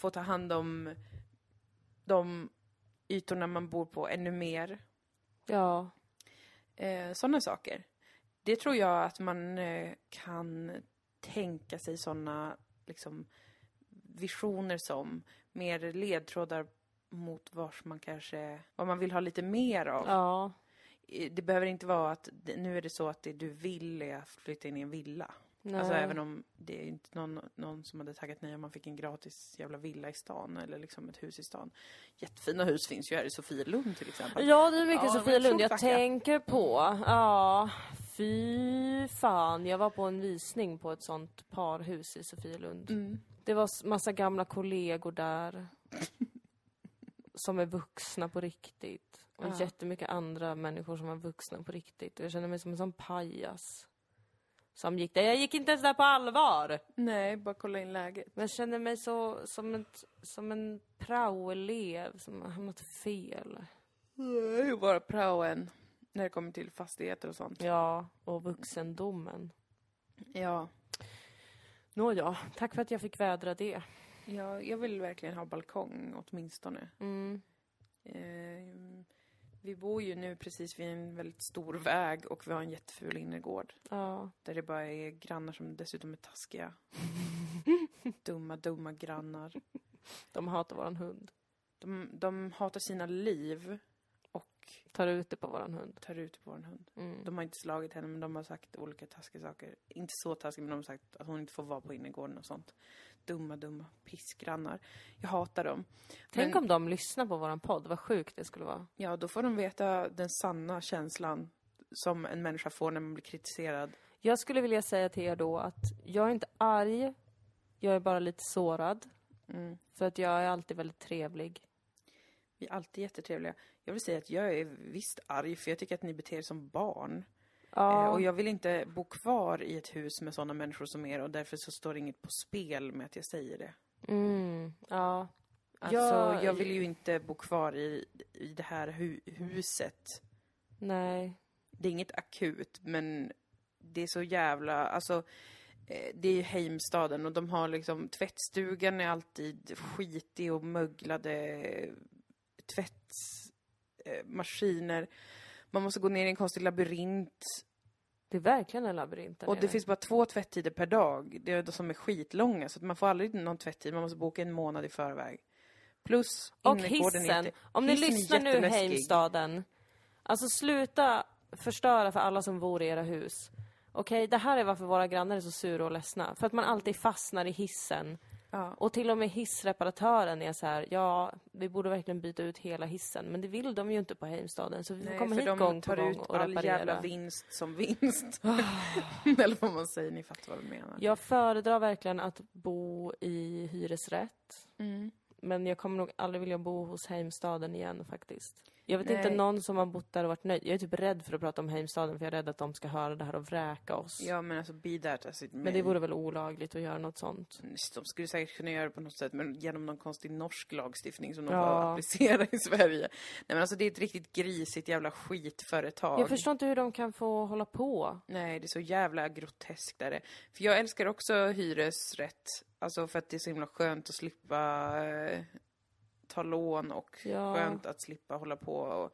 S1: få ta hand om de ytorna man bor på ännu mer.
S2: Ja.
S1: Eh, sådana saker. Det tror jag att man eh, kan tänka sig sådana liksom, visioner som mer ledtrådar mot vars man kanske, vad man vill ha lite mer av.
S2: Ja.
S1: Eh, Det behöver inte vara att det- nu är det så att det du vill är att flytta in i en villa.
S2: Nej.
S1: Alltså även om det är inte någon, någon som hade tackat nej om man fick en gratis jävla villa i stan eller liksom ett hus i stan. Jättefina hus finns ju här i Sofielund till exempel.
S2: Ja, det är mycket
S1: Ja, det var
S2: Sofia
S1: ett
S2: Lund
S1: stort
S2: jag
S1: tack, ja.
S2: tänker på. Ja, fy fan. Jag var på en visning på ett sånt parhus i Sofia Lund.
S1: Mm.
S2: Det var s- massa gamla kollegor där. som är vuxna på riktigt. Och
S1: Ja.
S2: jättemycket andra människor som är vuxna på riktigt. Och jag kände mig som en sån pajas. Som gick där. Jag gick inte ens där på allvar!
S1: Nej, bara kolla in läget.
S2: Men jag kände mig så, som, ett, som en praoelev som har hamnat fel.
S1: Det är ju bara praoen när det kommer till fastigheter och sånt.
S2: Ja, och vuxendomen.
S1: Ja,
S2: Nåja, tack för att jag fick vädra det.
S1: ja jag vill verkligen ha balkong åtminstone.
S2: Mm.
S1: Eh, vi bor ju nu precis vid en väldigt stor väg och vi har en jätteful innergård.
S2: Ja.
S1: Där det bara är grannar som dessutom är (laughs) taskiga. dumma, dumma grannar.
S2: De hatar våran hund.
S1: De, de hatar sina liv och
S2: Tar ut det på våran hund.
S1: tar ut på vår hund.
S2: Mm.
S1: De har inte slagit henne men de har sagt olika taskiga saker. Inte så taskiga men de har sagt att hon inte får vara på innergården och sånt. Dumma, dumma pissgrannar. Jag hatar dem.
S2: Tänk
S1: men,
S2: om de lyssnar på våran podd, vad sjukt det skulle vara.
S1: Ja, då får de veta den sanna känslan som en människa får när man blir kritiserad.
S2: Jag skulle vilja säga till er då att jag är inte arg, jag är bara lite sårad.
S1: Mm.
S2: För att jag är alltid väldigt trevlig.
S1: Vi är alltid jättetrevliga. Jag vill säga att jag är visst arg för jag tycker att ni beter er som barn. Eh,
S2: Ja,
S1: Och jag vill inte bo kvar i ett hus med sådana människor som er och därför så står inget på spel med att jag säger det.
S2: mm, ja.
S1: Alltså,
S2: Ja,
S1: jag vill ju inte bo kvar i, i det här hu huset.
S2: Nej.
S1: Det är inget akut, men det är så jävla, alltså eh, det är ju Heimstaden och de har liksom, tvättstugan är alltid skitig och möglade eh, tvättmaskiner. Man måste gå ner i en konstig labyrint.
S2: Det är verkligen en labyrint där
S1: Och
S2: nere.
S1: det finns bara två tvättider per dag, det är de som är skitlånga, så att man får aldrig någon tvätttid, man måste boka en månad i förväg. Plus
S2: Och
S1: innergården är
S2: hissen.
S1: inte-
S2: Om ni
S1: hissen är
S2: lyssnar nu,
S1: jätteläskig.
S2: Heimstaden. Alltså sluta förstöra för alla som bor i era hus. Okej, det här är varför våra grannar är så sura och ledsna. För att man alltid fastnar i hissen
S1: Ja.
S2: Och till och med hissreparatören är så här, ja, vi borde verkligen byta ut hela hissen, men det vill de ju inte på Heimstaden, så vi får
S1: Nej,
S2: komma
S1: för
S2: hit
S1: de
S2: gång på
S1: tar
S2: gång
S1: ut
S2: och Ah.
S1: all jävla
S2: reparera.
S1: vinst som vinst. (laughs) Eller vad man säger, ni fattar vad jag menar.
S2: Jag föredrar verkligen att bo i hyresrätt,
S1: Mm.
S2: men jag kommer nog aldrig vilja bo hos Heimstaden igen faktiskt. Jag vet
S1: Nej.
S2: inte någon som har bott där och varit nöjd. Jag är typ rädd för att prata om Heimstaden, för jag är rädd att de ska höra det här och vräka oss.
S1: Ja men alltså, be that as it
S2: Men det vore väl olagligt att göra något sånt?
S1: De skulle säkert kunna göra det på något sätt, men genom någon konstig norsk lagstiftning som de
S2: Ja.
S1: får applicera i Sverige. Nej men alltså det är ett riktigt grisigt jävla skitföretag.
S2: Jag förstår inte hur de kan få hålla på.
S1: Nej, det är så jävla groteskt är det. För jag älskar också hyresrätt. Alltså för att det är så himla skönt att slippa eh, ta lån och
S2: Ja.
S1: skönt att slippa hålla på och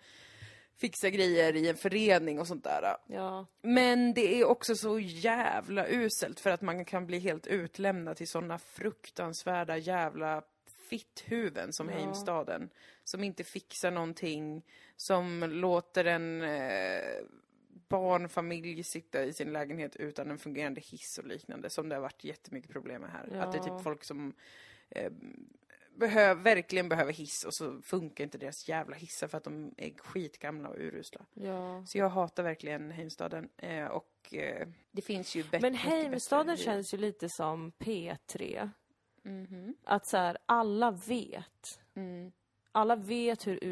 S1: fixa grejer i en förening och sånt där.
S2: Ja.
S1: Men det är också så jävla uselt för att man kan bli helt utlämnad till såna fruktansvärda jävla fitthuven som
S2: Ja.
S1: Heimstaden. Som inte fixar någonting, som låter en eh, barnfamilj sitta i sin lägenhet utan en fungerande hiss och liknande. Som det har varit jättemycket problem med här. Att det är
S2: Ja.
S1: typ folk som eh, behö- verkligen behöver hiss och så funkar inte deras jävla hissar för att de är skitgamla och urusla.
S2: ja.
S1: Så jag hatar verkligen Heimstaden. Eh, och eh, det finns ju bättre...
S2: Men
S1: mycket bättre
S2: Heimstaden
S1: liv.
S2: känns ju lite som P3.
S1: Mhm.
S2: Att så här, alla vet.
S1: Mm.
S2: Alla vet hur
S1: rötet.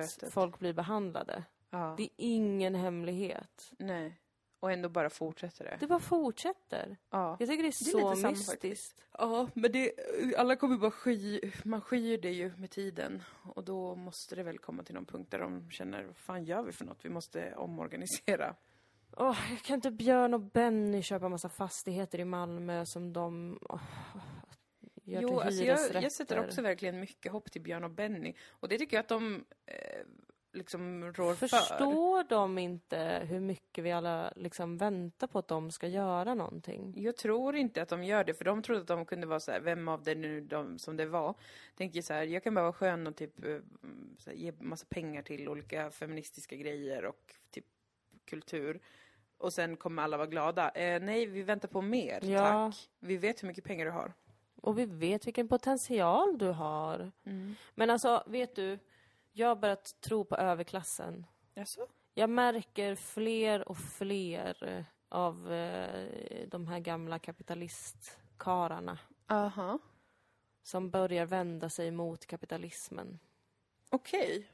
S2: uselt folk blir behandlade.
S1: Ja.
S2: Det är ingen hemlighet.
S1: Nej. Och ändå bara fortsätter det.
S2: Det bara fortsätter.
S1: Ja.
S2: Jag tycker det är
S1: Det är
S2: så
S1: lite samma
S2: mystiskt.
S1: ja, men det, alla kommer bara sky... Man skyr det ju med tiden. Och då måste det väl komma till någon punkt där de känner, vad fan gör vi för något? Vi måste omorganisera.
S2: Åh, jag kan inte Björn och Benny köpa massa fastigheter i Malmö som de åh, gör
S1: Jo,
S2: till
S1: alltså jag,
S2: hyresrätter?
S1: jag sätter också verkligen mycket hopp till Björn och Benny. Och det tycker jag att de eh, liksom rår för.
S2: Förstår de inte hur mycket vi alla liksom väntar på att de ska göra någonting?
S1: Jag tror inte att de gör det, för de trodde att de kunde vara så här, vem av det nu de, som det var. Tänker så här, jag kan bara vara skön och typ eh, så här, ge massa pengar till olika feministiska grejer och typ kultur. Och sen kommer alla vara glada. Eh, nej, vi väntar på mer,
S2: Ja.
S1: tack. Vi vet hur mycket pengar du har.
S2: Och vi vet vilken potential du har. Men alltså, vet du? Jag har börjat tro på överklassen.
S1: Jaså?
S2: Jag märker fler och fler av eh, de här gamla kapitalistkararna
S1: Aha.
S2: som börjar vända sig mot kapitalismen.
S1: Okej.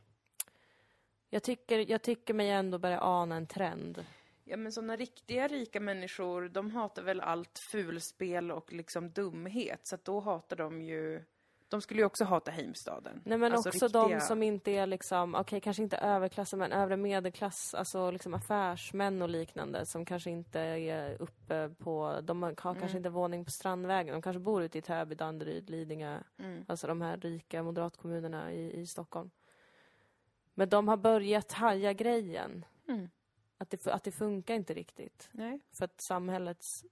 S2: Jag tycker, jag tycker mig ändå börja ana en trend.
S1: Ja men sådana riktiga rika människor, de hatar väl allt fulspel och liksom dumhet. Så att då hatar de ju... De skulle ju också hata Heimstaden.
S2: Nej men
S1: Alltså
S2: också de
S1: riktiga-
S2: som inte är liksom, okej kanske inte överklassen men övre medelklass, alltså liksom affärsmän och liknande som kanske inte är uppe på, de har kanske
S1: Mm.
S2: inte våning på Strandvägen, de kanske bor ute i Täby, Danderyd, Lidingö,
S1: Mm.
S2: alltså de här rika moderatkommunerna i, i Stockholm. Men de har börjat haja grejen.
S1: Mm.
S2: Att, det, fu- att det funkar inte riktigt.
S1: Nej.
S2: För att samhällets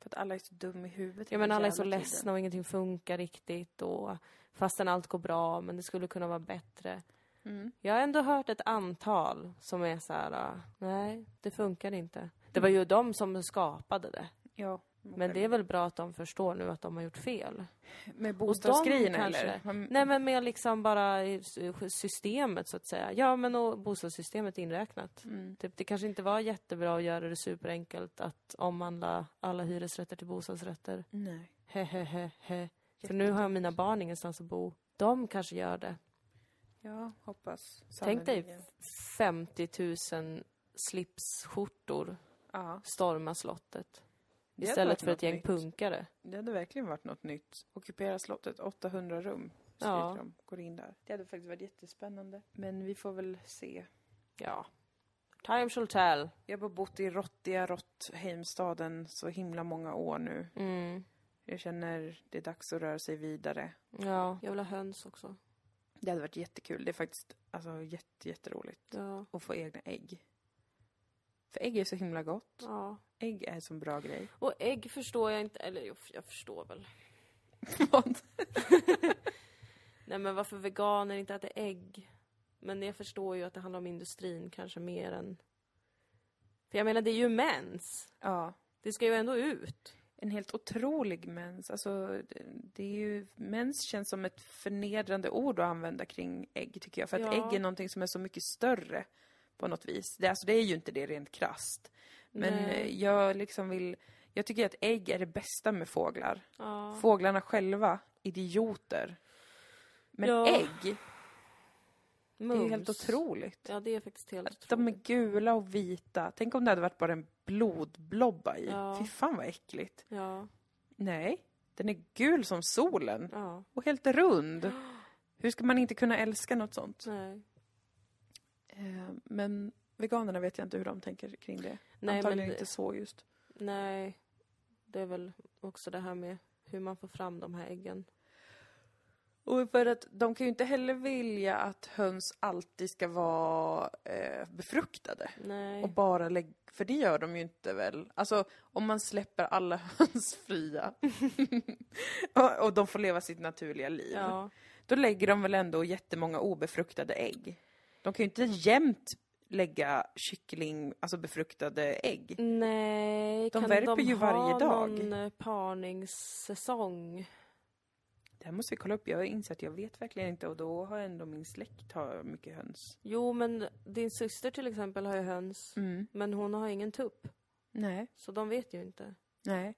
S1: För att alla är så dumma i huvudet.
S2: Ja men alla är så ledsna och ingenting funkar riktigt och fastän allt går bra men det skulle kunna vara bättre.
S1: Mm.
S2: Jag har ändå hört ett antal som är så här, ah, nej det funkar inte. Det
S1: Mm.
S2: var ju de som skapade det.
S1: Ja.
S2: Men det är väl bra att de förstår nu att de har gjort fel.
S1: Med bostadsgrejerna
S2: kanske-
S1: eller? Mm.
S2: Nej men med liksom bara i s- systemet så att säga. Ja men och bostadssystemet inräknat.
S1: Mm.
S2: Typ, det kanske inte var jättebra att göra det superenkelt att omvandla alla hyresrätter till bostadsrätter.
S1: Nej.
S2: Hehehehe. För nu har jag mina barn ingenstans att bo. De kanske gör det.
S1: Ja, hoppas.
S2: Tänk dig
S1: Sannerligen.
S2: 50 000 slipsskjortor
S1: Ja,
S2: storma slottet.
S1: Det hade
S2: Istället
S1: varit
S2: för ett
S1: något
S2: gäng
S1: nytt.
S2: punkare.
S1: det hade verkligen varit något nytt. Ockupera slottet, 800 rum. Skriker
S2: Ja.
S1: de, går in där. Det hade faktiskt varit jättespännande. Men vi får väl se.
S2: Ja. Time shall tell.
S1: Jag har bara bott i råttiga rått Heimstaden så himla många år nu.
S2: Mm.
S1: Jag känner det är dags att röra sig vidare.
S2: Ja. Jag vill ha höns också.
S1: Det hade varit jättekul. Det är faktiskt alltså, jätte, jätteroligt
S2: Ja.
S1: att få egna ägg. För ägg är så himla gott.
S2: ja.
S1: Ägg är en sån bra grej.
S2: Och ägg förstår jag inte. Eller jo, jag förstår väl.
S1: (laughs) Vad?
S2: Nej men varför veganer inte äter ägg? Men jag förstår ju att det handlar om industrin kanske mer än... För jag menar, det är ju mens.
S1: Ja.
S2: Det ska ju ändå ut.
S1: en helt otrolig mens. Alltså, det- det är ju, mens känns som ett förnedrande ord att använda kring ägg tycker jag. För att
S2: Ja.
S1: ägg är någonting som är så mycket större på något vis. Det, alltså, det är ju inte det rent krasst. Men
S2: Nej.
S1: eh, jag liksom vill, jag tycker att ägg är det bästa med fåglar.
S2: Ja.
S1: Fåglarna själva, idioter. Men
S2: Ja.
S1: ägg, det är ju helt
S2: Mums.
S1: otroligt.
S2: Ja, det är faktiskt helt otroligt.
S1: De är gula och vita. Tänk om det hade varit bara en blodblobba i.
S2: Ja.
S1: Fy fan vad äckligt.
S2: Ja,
S1: Nej, den är gul som solen
S2: ja,
S1: och helt rund. Hur ska man inte kunna älska något sånt?
S2: nej.
S1: Eh, Men veganerna vet jag inte hur de tänker kring det.
S2: Nej,
S1: Antagligen
S2: men-
S1: inte så just.
S2: Nej, det är väl också det här med hur man får fram de här äggen.
S1: Och för att de kan ju inte heller vilja att höns alltid ska vara eh, befruktade.
S2: Nej.
S1: Och bara lägg... För det gör de ju inte väl? Alltså, om man släpper alla (laughs) höns (laughs) fria och, och de får leva sitt naturliga liv.
S2: ja.
S1: Då lägger de väl ändå jättemånga obefruktade ägg? De kan ju inte jämt lägga kyckling, alltså befruktade ägg.
S2: Nej,
S1: De
S2: kan
S1: värper
S2: de
S1: ju varje
S2: ha
S1: dag.
S2: någon eh, parningssäsong?
S1: Det här måste vi kolla upp. Jag inser att jag vet verkligen inte och då har ändå min släkt har mycket höns.
S2: Jo, men din syster till exempel har ju höns,
S1: Mm.
S2: men hon har ingen tupp.
S1: Nej.
S2: Så de vet ju inte.
S1: Nej.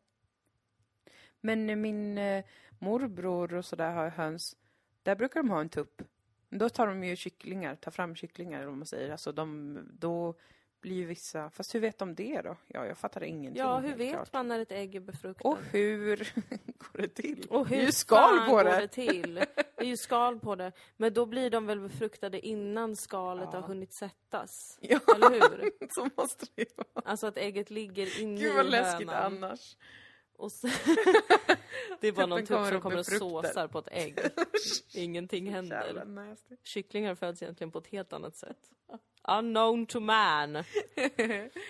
S1: Men eh, min eh, morbror och sådär har höns. Där brukar de ha en tupp. Då tar de ju kycklingar, tar fram kycklingar om man säger. Alltså de, då blir ju vissa... Fast hur vet de det då? Ja, jag fattar ingenting.
S2: Ja, hur
S1: helt
S2: vet
S1: klart.
S2: man när ett ägg är befruktat?
S1: Och hur (laughs) går det till?
S2: Och
S1: det är
S2: hur
S1: ju skal
S2: fan
S1: på
S2: går
S1: det!
S2: det till? Det är ju skal på det. Men då blir de väl befruktade innan skalet
S1: Ja.
S2: har hunnit sättas?
S1: (laughs) Ja,
S2: Eller
S1: (laughs)
S2: hur?
S1: så måste det vara.
S2: Alltså att ägget ligger inne
S1: Gud vad
S2: i
S1: läskigt
S2: hönan.
S1: annars. (laughs)
S2: Och så... det är bara någon
S1: Tuppen
S2: tupp
S1: kommer
S2: som
S1: och
S2: kommer och
S1: befruktar.
S2: såsar på ett ägg.
S1: (laughs)
S2: Ingenting
S1: Jävla
S2: händer.
S1: nasty.
S2: Kycklingar föds egentligen på ett helt annat sätt. Unknown
S1: (laughs)
S2: to man. Nej,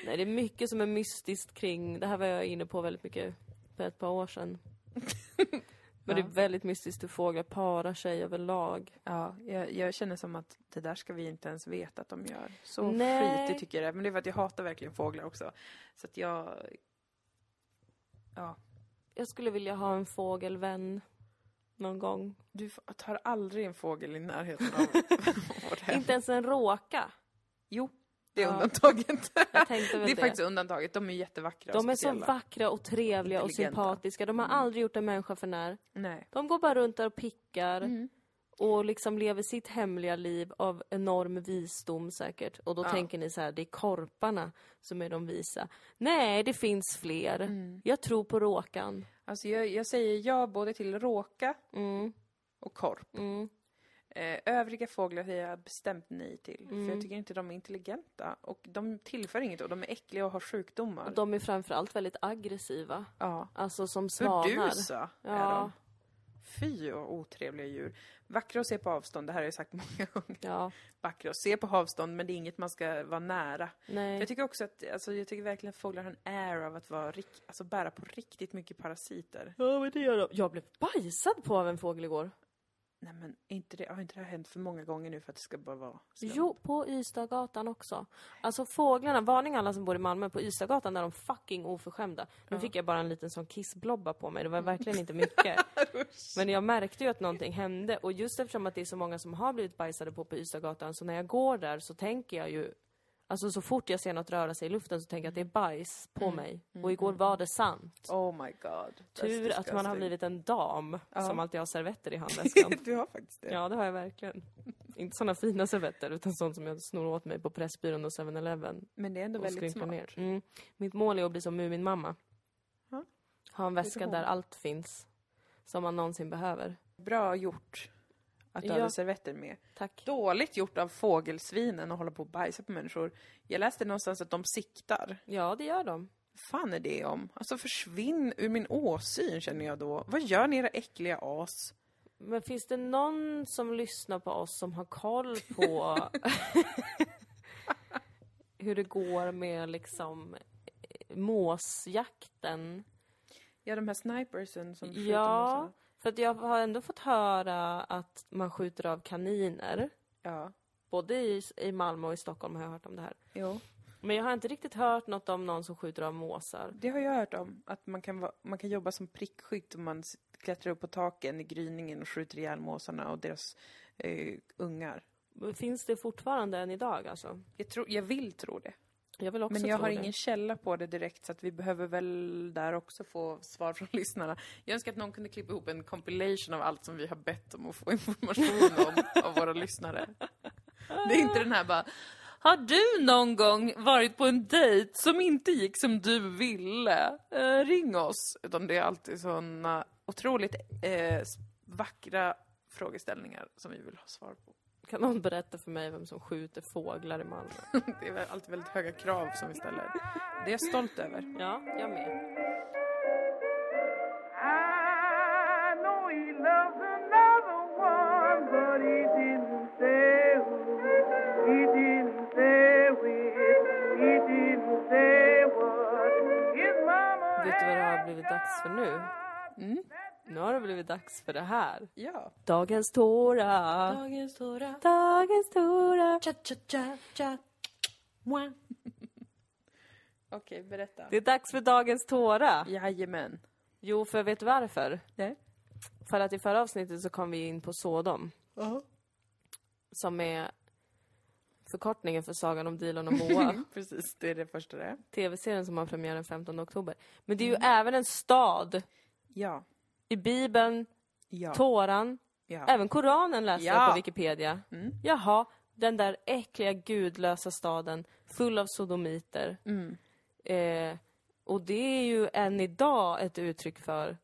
S2: det är mycket som är mystiskt kring, det här var jag inne på väldigt mycket för ett par
S1: (laughs)
S2: år sedan. Men det är
S1: Ja.
S2: väldigt mystiskt hur fåglar parar sig överlag.
S1: Ja, jag, jag känner som att det där ska vi inte ens veta att de gör. Så
S2: Nej.
S1: skitigt tycker jag det är. Men det är för att jag hatar verkligen fåglar också. Så att jag... Ja.
S2: Jag skulle vilja ha en fågelvän någon gång.
S1: Du f- tar aldrig en fågel i närheten av (laughs) vårt hem.
S2: Inte ens en råka.
S1: Jo, det är
S2: Ja.
S1: undantaget.
S2: Jag tänkte
S1: (laughs) det är
S2: väl det.
S1: faktiskt undantaget. De är jättevackra
S2: De
S1: och
S2: är så
S1: speciella.
S2: vackra och trevliga och
S1: Intelligenta.
S2: sympatiska. De har aldrig gjort en människa för när.
S1: Nej.
S2: De går bara runt där och pickar och liksom lever sitt hemliga liv av enorm visdom säkert. Och då
S1: Ja.
S2: tänker ni så här, det är korparna som är de visa. Nej, det finns fler. Jag tror på råkan.
S1: Alltså jag, jag säger ja både till råka
S2: Mm,
S1: och korp.
S2: mm.
S1: Eh, övriga fåglar säger jag bestämt nej till. För
S2: Mm.
S1: jag tycker inte de är intelligenta. Och de tillför inget och de är äckliga och har sjukdomar.
S2: Och de är framförallt väldigt aggressiva.
S1: Ja.
S2: Alltså som svanar.
S1: Burdusa är
S2: Ja.
S1: de. Fy och otrevliga djur. Vackra att se på avstånd, det här har jag sagt (laughs) många gånger.
S2: Ja,
S1: Vackra att se på avstånd men det är inget man ska vara nära.
S2: nej.
S1: Jag tycker också att, alltså, jag tycker verkligen att fåglar har en air av att vara rikt, alltså, bära på riktigt mycket parasiter.
S2: Ja, men det gör de. Jag blev bajsad på av en fågel igår.
S1: Nej men är inte det, har inte det här hänt för många gånger nu för att det ska bara vara slump?
S2: Jo, på Ystadgatan också. Alltså fåglarna, varning alla som bor i Malmö, på Ystadgatan där de fucking oförskämda. Nu fick jag bara en liten sån kissblobba på mig, det
S1: Mm.
S2: var verkligen
S1: (laughs)
S2: inte mycket. Men jag märkte ju att någonting hände och just eftersom att det är så många som har blivit bajsade på på Ystadgatan så när jag går där så tänker jag ju Alltså så fort jag ser något röra sig i luften så tänker jag att det är bajs på
S1: Mm.
S2: mig. Och igår var det sant.
S1: Oh my god. That's
S2: Tur att man har
S1: mm. disgusting.
S2: blivit en dam
S1: Ja.
S2: som alltid har servetter
S1: (laughs)
S2: i handväskan.
S1: du har faktiskt det.
S2: Ja, det har jag verkligen. (laughs) Inte såna fina servetter, utan sånt som jag snor åt mig på Pressbyrån och 7-Eleven.
S1: Men det är ändå
S2: Och
S1: väldigt
S2: skrynklar
S1: smart.
S2: ner. Mm. Mitt mål är att bli som Muminmamma.
S1: Ja.
S2: Ha en väska
S1: hon.
S2: där allt finns. Som man någonsin behöver.
S1: Bra gjort. Att du
S2: Ja.
S1: hade servetter med.
S2: Tack.
S1: dåligt gjort av fågelsvinen att hålla på och bajsa på människor. Jag läste någonstans att de siktar.
S2: Ja, det gör de.
S1: fan är det om? Alltså försvinn ur min åsyn känner jag då. Vad gör ni era äckliga as?
S2: Men finns det någon som lyssnar på oss som har koll
S1: (laughs)
S2: på hur det går med liksom eh, måsjakten?
S1: Ja, de här snipersen som skjuter
S2: Ja,
S1: måsarna.
S2: för att jag har ändå fått höra att man skjuter av kaniner.
S1: Ja,
S2: Både i, i Malmö och i Stockholm har jag hört om det här.
S1: jo.
S2: Men jag har inte riktigt hört något om någon som skjuter av måsar.
S1: Det har jag hört om, att man kan, va- man kan jobba som prickskytt om man s- klättrar upp på taken i gryningen och skjuter ihjäl måsarna och deras eh, ungar.
S2: Men Finns det fortfarande än idag alltså?
S1: Jag, tror, jag vill tro det.
S2: Jag vill också
S1: Men jag
S2: tro
S1: har
S2: det.
S1: ingen källa på det direkt så att vi behöver väl där också få svar från (laughs) lyssnarna. Jag önskar att någon kunde klippa ihop en compilation av allt som vi har bett om att få (laughs) information om av våra lyssnare. Det är inte den här bara har du någon gång varit på en dejt som inte gick som du ville? Eh, ring oss. Utan det är alltid såna otroligt eh, vackra frågeställningar som vi vill ha svar på. (laughs)
S2: Kan någon berätta för mig vem som skjuter fåglar i Malmö?
S1: Det är väl alltid väldigt höga krav som vi ställer. Det är jag stolt över.
S2: Ja, jag med.
S3: I know he loves another one, but he didn't say who. He didn't say which. He didn't say what. His mama
S2: Vet du vad det har
S3: had
S2: blivit dags för nu?
S1: Mm.
S2: Nu har det blivit dags för det här.
S1: Ja.
S2: Dagens tåra.
S1: Dagens stora.
S2: Dagens tåra.
S1: Okej, berätta.
S2: Det är dags för dagens tåra.
S1: Jajamän.
S2: Jo, för vet du varför?
S1: Nej.
S2: För att i förra avsnittet så kom vi in på Sodom. Som är förkortningen för Sagan om Dilon och
S1: (laughs)
S2: Moa.
S1: Precis, det är det första det är.
S2: Tv-serien som har premiär den 15 oktober. Men det är ju
S1: Mm.
S2: även en stad.
S1: Ja.
S2: I Bibeln,
S1: Ja.
S2: Toran,
S1: ja.
S2: även Koranen läste jag
S1: Ja.
S2: på Wikipedia.
S1: Mm.
S2: Jaha, den där äckliga gudlösa staden full av sodomiter.
S1: Mm.
S2: Eh, och det är ju än idag ett uttryck för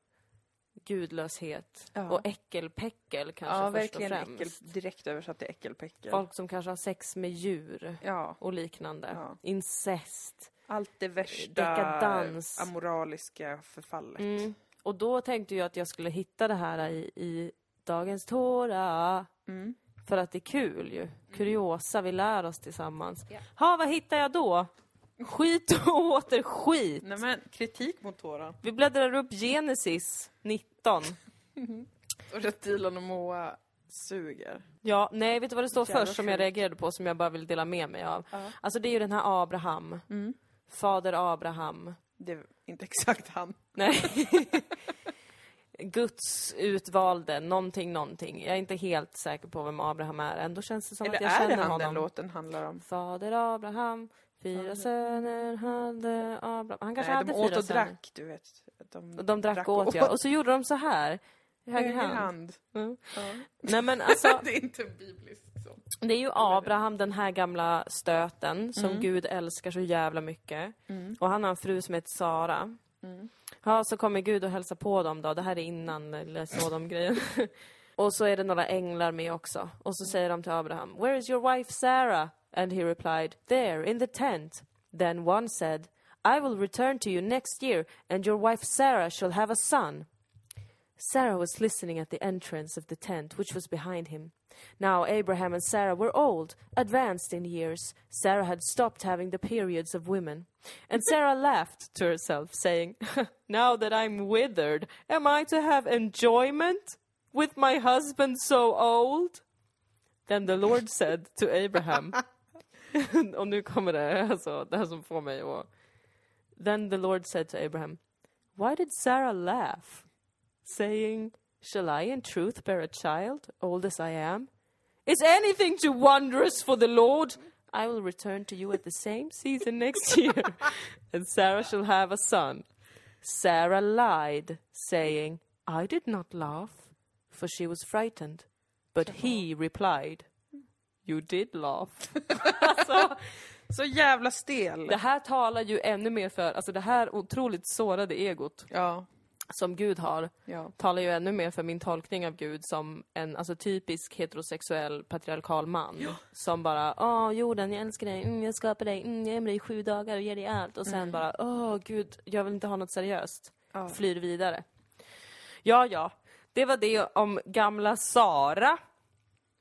S2: gudlöshet
S1: Ja.
S2: och äckelpäckel kanske
S1: Ja,
S2: först
S1: verkligen
S2: och främst.
S1: äckel, direkt översatt till äckelpäckel.
S2: Folk som kanske har sex med djur
S1: Ja,
S2: och liknande.
S1: Ja.
S2: Incest.
S1: allt det värsta
S2: Dekadans.
S1: amoraliska förfallet.
S2: Mm. Och då tänkte jag att jag skulle hitta det här i, i dagens tåra.
S1: Mm.
S2: För att det är kul ju. Kuriosa, vi lär oss tillsammans. Ha, vad hittar jag då? Skit och (laughs) åter skit.
S1: Nej men, kritik mot Toran.
S2: Vi bläddrar upp Genesis 19.
S1: Och att Dilan och Moa suger.
S2: Ja, nej, vet du vad det står
S1: Jävla
S2: först som jag
S1: sjukt.
S2: reagerade på som jag bara vill dela med mig av? Alltså det är ju den här Abraham.
S1: Mm.
S2: Fader Abraham.
S1: Det är inte exakt han.
S2: Nej. (laughs) Guds utvalde, någonting, någonting. Jag är inte helt säker på vem Abraham är. Ändå känns det som
S1: Eller
S2: att jag
S1: är det
S2: känner
S1: han
S2: honom.
S1: den låten handlar om?
S2: Fader Abraham, fyra söner hade Abraham. Han kanske
S1: Nej,
S2: hade
S1: de åt
S2: fyra
S1: och
S2: söner.
S1: drack, du vet. De,
S2: Och De drack, och åt, ja. Och så gjorde de så här. Höger
S1: Höger
S2: hand.
S1: hand.
S2: Mm.
S1: Ja.
S2: Nej men
S1: (laughs)
S2: alltså,
S1: det är inte bibliskt så.
S2: det är ju Abraham, den här gamla stöten som Gud älskar så jävla mycket. Och han har en fru som heter Sara. Ja, så kommer Gud och hälsar på dem då. Det här är innan eller så de grejen. (laughs) och så är det några änglar med också. Och så säger de till Abraham, “Where is your wife Sarah?” And he replied, “There, in the tent.” Then one said, “I will return to you next year and your wife Sarah shall have a son.” Sarah was listening at the entrance of the tent, which was behind him. Now Abraham and Sarah were old, advanced in years. Sarah had stopped having the periods of women. And Sarah laughed to herself, saying, (laughs) Now that I'm withered, am I to have enjoyment with my husband so old? Then the Lord said to Abraham, (laughs) och nu kommer det, alltså, det här som får mig att... Then the Lord said to Abraham, Why did Sarah laugh? saying, Shall I in truth bear a child, old as I am? Is anything too wondrous for the Lord? I will return to you at the same season next year, (laughs) and Sarah shall have a son. Sarah lied, saying, I did not laugh, for she was frightened. But he replied, You did laugh. (laughs) alltså,
S1: Så jävla stel.
S2: det här talar ju ännu mer för, alltså det här otroligt sårade egot
S1: Ja,
S2: som Gud har
S1: ja.
S2: talar ju ännu mer för min tolkning av Gud som en alltså, typisk heterosexuell patriarkal man. Som bara, åh jorden, jag älskar dig, mm, jag skapar dig, mm, jag är med dig i sju dagar och ger dig allt. Och sen bara, åh gud, jag vill inte ha något seriöst.
S1: Ja.
S2: Flyr vidare. Ja, ja. Det var det om gamla Sara.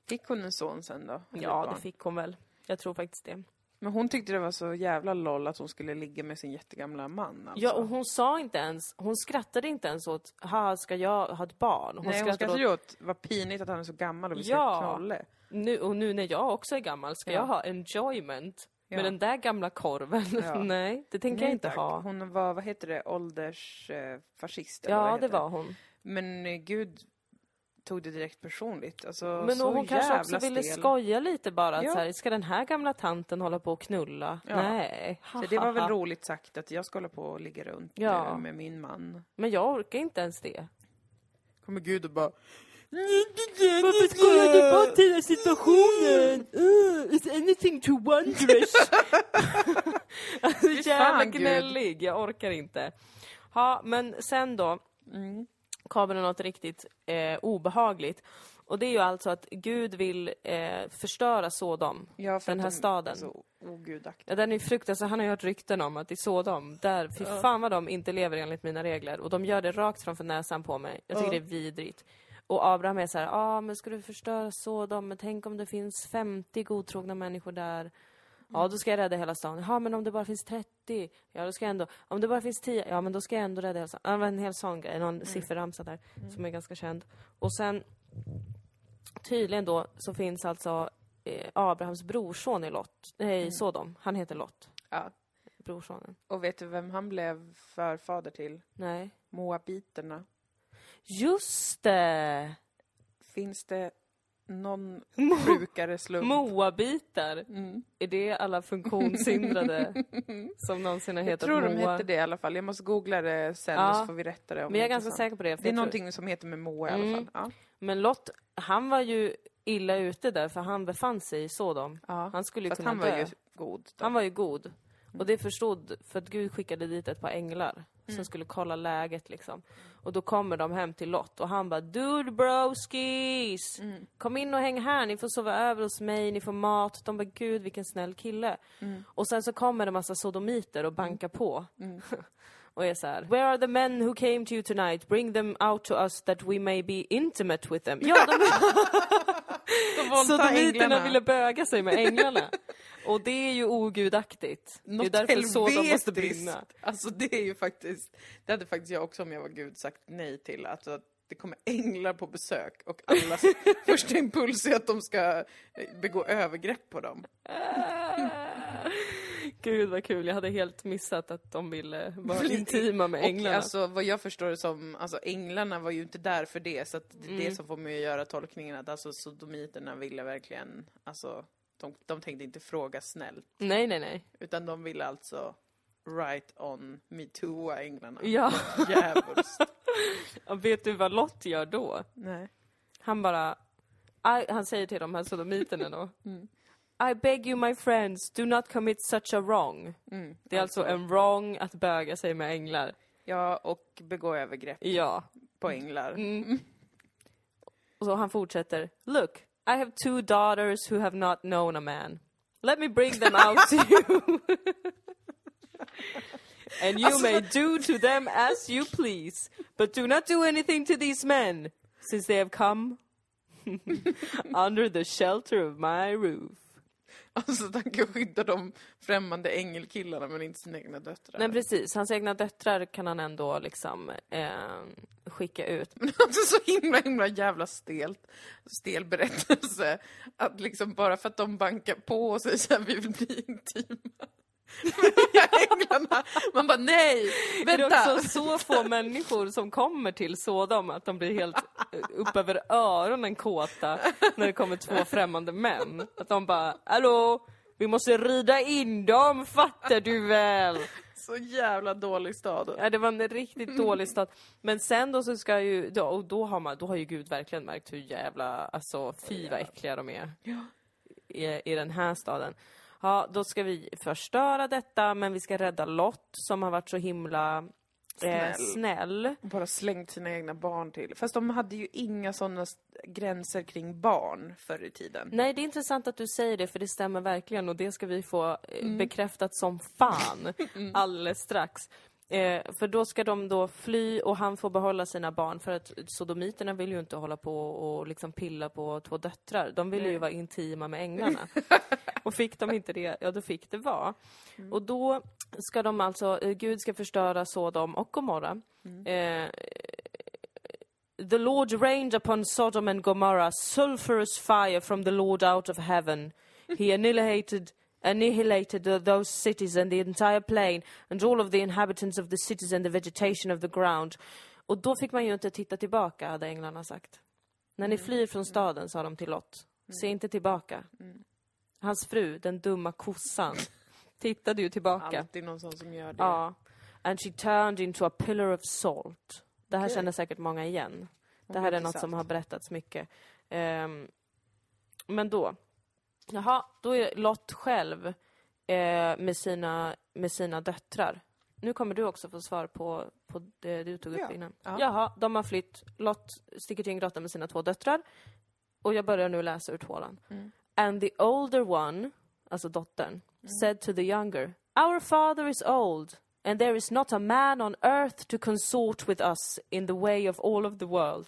S1: Fick hon en son sen då? Eller
S2: Ja,
S1: barn?
S2: det fick hon väl. Jag tror faktiskt det.
S1: Men hon tyckte det var så jävla loll att hon skulle ligga med sin jättegamla man alltså.
S2: Ja, och hon sa inte ens, hon skrattade inte ens åt, ha ska jag ha ett barn? Hon
S1: Nej, hon
S2: skrattade
S1: skrattade
S2: åt,
S1: ju åt vad pinigt att han är så gammal och vill
S2: Ja.
S1: ja. knalle.
S2: nu, och nu när jag också är gammal, ska
S1: Ja.
S2: jag ha enjoyment?
S1: Ja.
S2: Med den där gamla korven.
S1: Ja.
S2: (laughs) Nej, det tänker
S1: Nej,
S2: jag inte
S1: tack.
S2: ha.
S1: Hon var, vad heter det, åldersfascist? eller vad
S2: Ja,
S1: heter
S2: det var hon.
S1: Men eh, gud tog det direkt personligt. Alltså,
S2: Men
S1: så
S2: hon kanske
S1: jävla
S2: också ville
S1: stel.
S2: skoja lite bara. Att
S1: Ja.
S2: så här, ska den här gamla tanten hålla på och knulla?
S1: Ja.
S2: Nej.
S1: Så det var väl
S2: hahaha.
S1: roligt sagt att jag ska hålla på och ligga runt
S2: Ja.
S1: eh, med min man.
S2: Men jag orkar inte ens det.
S1: Kommer Gud och bara
S2: Varför skojar du bort hela situationen? Uh, is anything to (laughs) wondrous? alltså jävla
S1: fan, Gud.
S2: gnällig, jag orkar inte. Ja, men sen då Mm. kommer det något riktigt eh, obehagligt. Och det är ju alltså att Gud vill eh, förstöra Sodom,
S1: Ja, för
S2: den
S1: att
S2: här
S1: de-
S2: staden.
S1: Alltså, ogudaktig.
S2: Ja, den är ju fruktansvärd. Alltså, Han har ju hört rykten om att i Sodom, där, fy fan vad de inte lever enligt mina regler. Och de gör det rakt framför näsan på mig. Jag tycker det är vidrigt. Och Abraham är så här, ja ah, men ska du förstöra Sodom? Men tänk om det finns 50 godtrogna människor där. Ja, då ska jag rädda hela stan. Ja, men om det bara finns 30? Ja, då ska jag ändå... Om det bara finns 10? Ja, men då ska jag ändå rädda hela stan. Ja, det var en hel sån grej, någon sifferramsa där, som är ganska känd. Och sen, tydligen då, så finns alltså eh, Abrahams brorson i Lot, nej, Sodom. Han heter Lot,
S1: Ja.
S2: brorsonen.
S1: Och vet du vem han blev förfader till?
S2: Nej.
S1: Moabiterna.
S2: Just det!
S1: Finns det någon
S2: Mo-
S1: sjukare slump?
S2: Moabiter.
S1: Mm.
S2: Är det alla funktionshindrade
S1: (laughs)
S2: som någonsin har
S1: Jag
S2: hetat
S1: tror de
S2: Moa?
S1: hette det i alla fall. Jag måste googla det sen
S2: Ja.
S1: och så får vi rätta det. Om
S2: Men jag är
S1: inte
S2: ganska
S1: sant.
S2: säker på det. för
S1: Det är
S2: jag tror-
S1: någonting som heter med Moa i alla
S2: Mm.
S1: fall. Ja.
S2: Men Lot, han var ju illa ute där för han befann sig i Sodom.
S1: Ja.
S2: Han skulle ju
S1: Fast
S2: kunna
S1: han var
S2: dö.
S1: ju god. Då.
S2: Han var ju god. Och det förstod, för att Gud skickade dit ett par änglar som skulle kolla läget liksom. Och då kommer de hem till Lot och han bara Dude broskis! Kom in och häng här, ni får sova över hos mig, ni får mat. De bara Gud vilken snäll kille. Och sen så kommer det en massa sodomiter och bankar på. (laughs) och är så här, Where are the men who came to you tonight? Bring them out to us that we may be intimate with them. Ja, (laughs) de
S1: (laughs)
S2: Sodomiterna ville böga sig med änglarna. Och det är ju ogudaktigt. Det är ju
S1: Något
S2: därför Sodom måste
S1: helvetiskt.
S2: brinna. (laughs)
S1: Alltså det är ju faktiskt, det hade faktiskt jag också om jag var gud sagt nej till. Alltså, att det kommer änglar på besök och
S2: (laughs)
S1: allas första impuls är att de ska eh, begå övergrepp på dem.
S2: Gud vad kul, jag hade helt missat att de ville vara intima med änglarna.
S1: Och alltså vad jag förstår det som, alltså änglarna var ju inte där för det, så att det är
S2: Mm.
S1: det som får mig att göra tolkningen att alltså sodomiterna ville verkligen, alltså de, de tänkte inte fråga snällt,
S2: Nej, nej, nej.
S1: utan de ville alltså right on metooa änglarna.
S2: Ja. (laughs)
S1: Djävulskt.
S2: Och Vet du vad Lot gör då?
S1: Nej.
S2: Han bara... I, han säger till de här
S1: (laughs)
S2: sodomiterna då.
S1: Mm.
S2: I beg you my friends, do not commit such a wrong.
S1: Mm,
S2: det är alltså, en wrong att böga sig med änglar.
S1: Ja, och begå övergrepp
S2: Ja. Mm.
S1: på änglar.
S2: Och så han fortsätter. Look, I have two daughters who have not known a man. Let me bring them out to you. (laughs) And you may do to them as you please. But do not do anything to these men, since they have come (laughs) under the shelter of my roof.
S1: (laughs) Alltså att han kan skydda de främmande ängelkillarna men inte sina egna döttrar.
S2: Men precis, hans egna döttrar kan han ändå liksom eh, skicka ut.
S1: Alltså så himla, himla jävla stelt, stel berättelse. Att liksom bara för att de bankar på och säger såhär, vi vill bli intima. (laughs) Men de här änglarna, man bara nej,
S2: Det är
S1: vänta.
S2: också så få människor som kommer till Sodom att de blir helt eh, upp över öronen kåta när det kommer två främmande män. Att de bara “Hallå, vi måste rida in dem, fattar du väl?”
S1: Så jävla dålig stad.
S2: ja, Det var en riktigt dålig stad. Men sen då så ska ju, då, och då har, man, då har ju Gud verkligen märkt hur jävla, alltså fy vad äckliga de är i, i den här staden. Ja, då ska vi förstöra detta men vi ska rädda Lot som har varit så himla
S1: Snäll.
S2: Eh, snäll.
S1: Bara slängt sina egna barn till. Fast de hade ju inga sådana gränser kring barn förr i tiden.
S2: Nej, det är intressant att du säger det för det stämmer verkligen och det ska vi få eh, bekräftat som fan alldeles strax. Eh, för då ska de då fly och han får behålla sina barn för att sodomiterna vill ju inte hålla på och liksom pilla på två döttrar. De ville ju vara intima med änglarna. och fick de inte det, ja då fick det vara. Och då ska de alltså, eh, Gud ska förstöra Sodom och Gomorra. Eh, The Lord rained upon Sodom and Gomorrah sulphurous fire from the Lord out of heaven. He annihilated annihilated th- those cities and the entire plain and all of the inhabitants of the cities and the vegetation of the ground. Och då fick man ju inte titta tillbaka, hade änglarna sagt. När ni flyr från staden, sa de till Lot, se inte tillbaka. Hans fru, den dumma kossan, tittade ju tillbaka.
S1: Alltid någon sån som gör det.
S2: Ja. And she turned into a pillar of salt. Det här känner säkert många igen. Det här är något som har berättats mycket. Ehm, men då. Jaha, då är Lot själv eh, med, sina, med sina döttrar. Nu kommer du också få svar på, på det du tog upp
S1: Ja.
S2: innan.
S1: Ja.
S2: Jaha, de har flytt. Lot sticker till en grotta med sina två döttrar. Och jag börjar nu läsa ur tvålan.
S1: Mm.
S2: And the older one, alltså dottern, said to the younger, Our father is old, and there is not a man on earth to consort with us in the way of all of the world.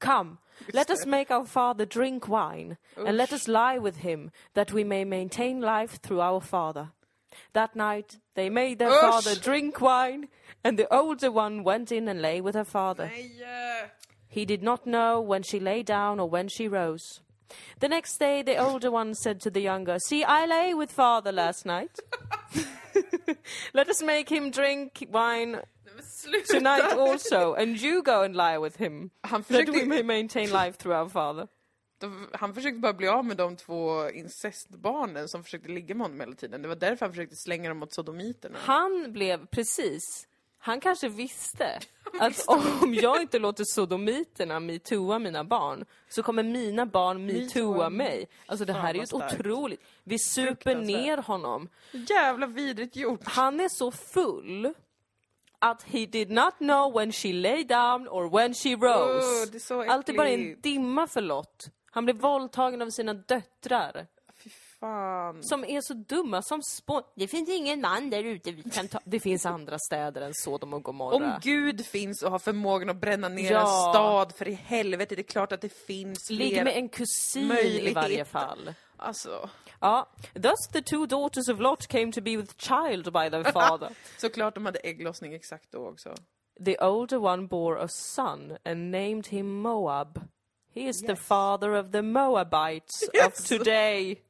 S2: Come, let us make our father drink wine, and let us lie with him, that we may maintain life through our father. That night they made their
S1: Usch!
S2: father drink wine, and the older one went in and lay with her father.
S1: Nej! eh,
S2: He did not know when she lay down or when she rose. The next day, the older one said to the younger, See, I lay with father last night. (laughs) Let us make him drink wine
S1: nej, men sluta!
S2: tonight also, and you go and lie with him,
S1: Han
S2: that we may
S1: försökte,
S2: maintain life through our father.
S1: de, han försökte bara bli av med de två incestbarnen som försökte ligga med honom hela tiden. Det var därför han försökte slänga dem åt sodomiterna.
S2: Han blev precis... Han
S1: (laughs)
S2: kanske visste att om jag inte låter sodomiterna metooa mina barn så kommer mina barn metooa mig. Alltså det här är ju
S1: vad
S2: ett
S1: starkt.
S2: otroligt... Vi super
S1: Fruktansvärt.
S2: ner honom.
S1: Jävla vidrigt gjort!
S2: Han är så full att he did not know when she lay down or when she
S1: Åh,
S2: rose.
S1: det är så
S2: Allt är bara en
S1: äckligt.
S2: dimma för Lot. Han blev våldtagen av sina döttrar
S1: Fy fan.
S2: som är så dumma som spån. Det finns ingen man där ute vi kan ta. Det finns andra städer än Sodom och
S1: Om
S2: Gomorra.
S1: Gud finns och har förmågan att bränna ner
S2: Ja.
S1: en stad, för i helvete, det är klart att det finns
S2: Ligg
S1: fler-
S2: med en kusin i
S1: möjlighet.
S2: varje fall.
S1: Alltså,
S2: Ja. Thus the two daughters of Lot came to be with child by (laughs) their father.
S1: såklart de hade ägglossning exakt då också.
S2: The older one bore a son and named him Moab. He is the father of the Moabites of today.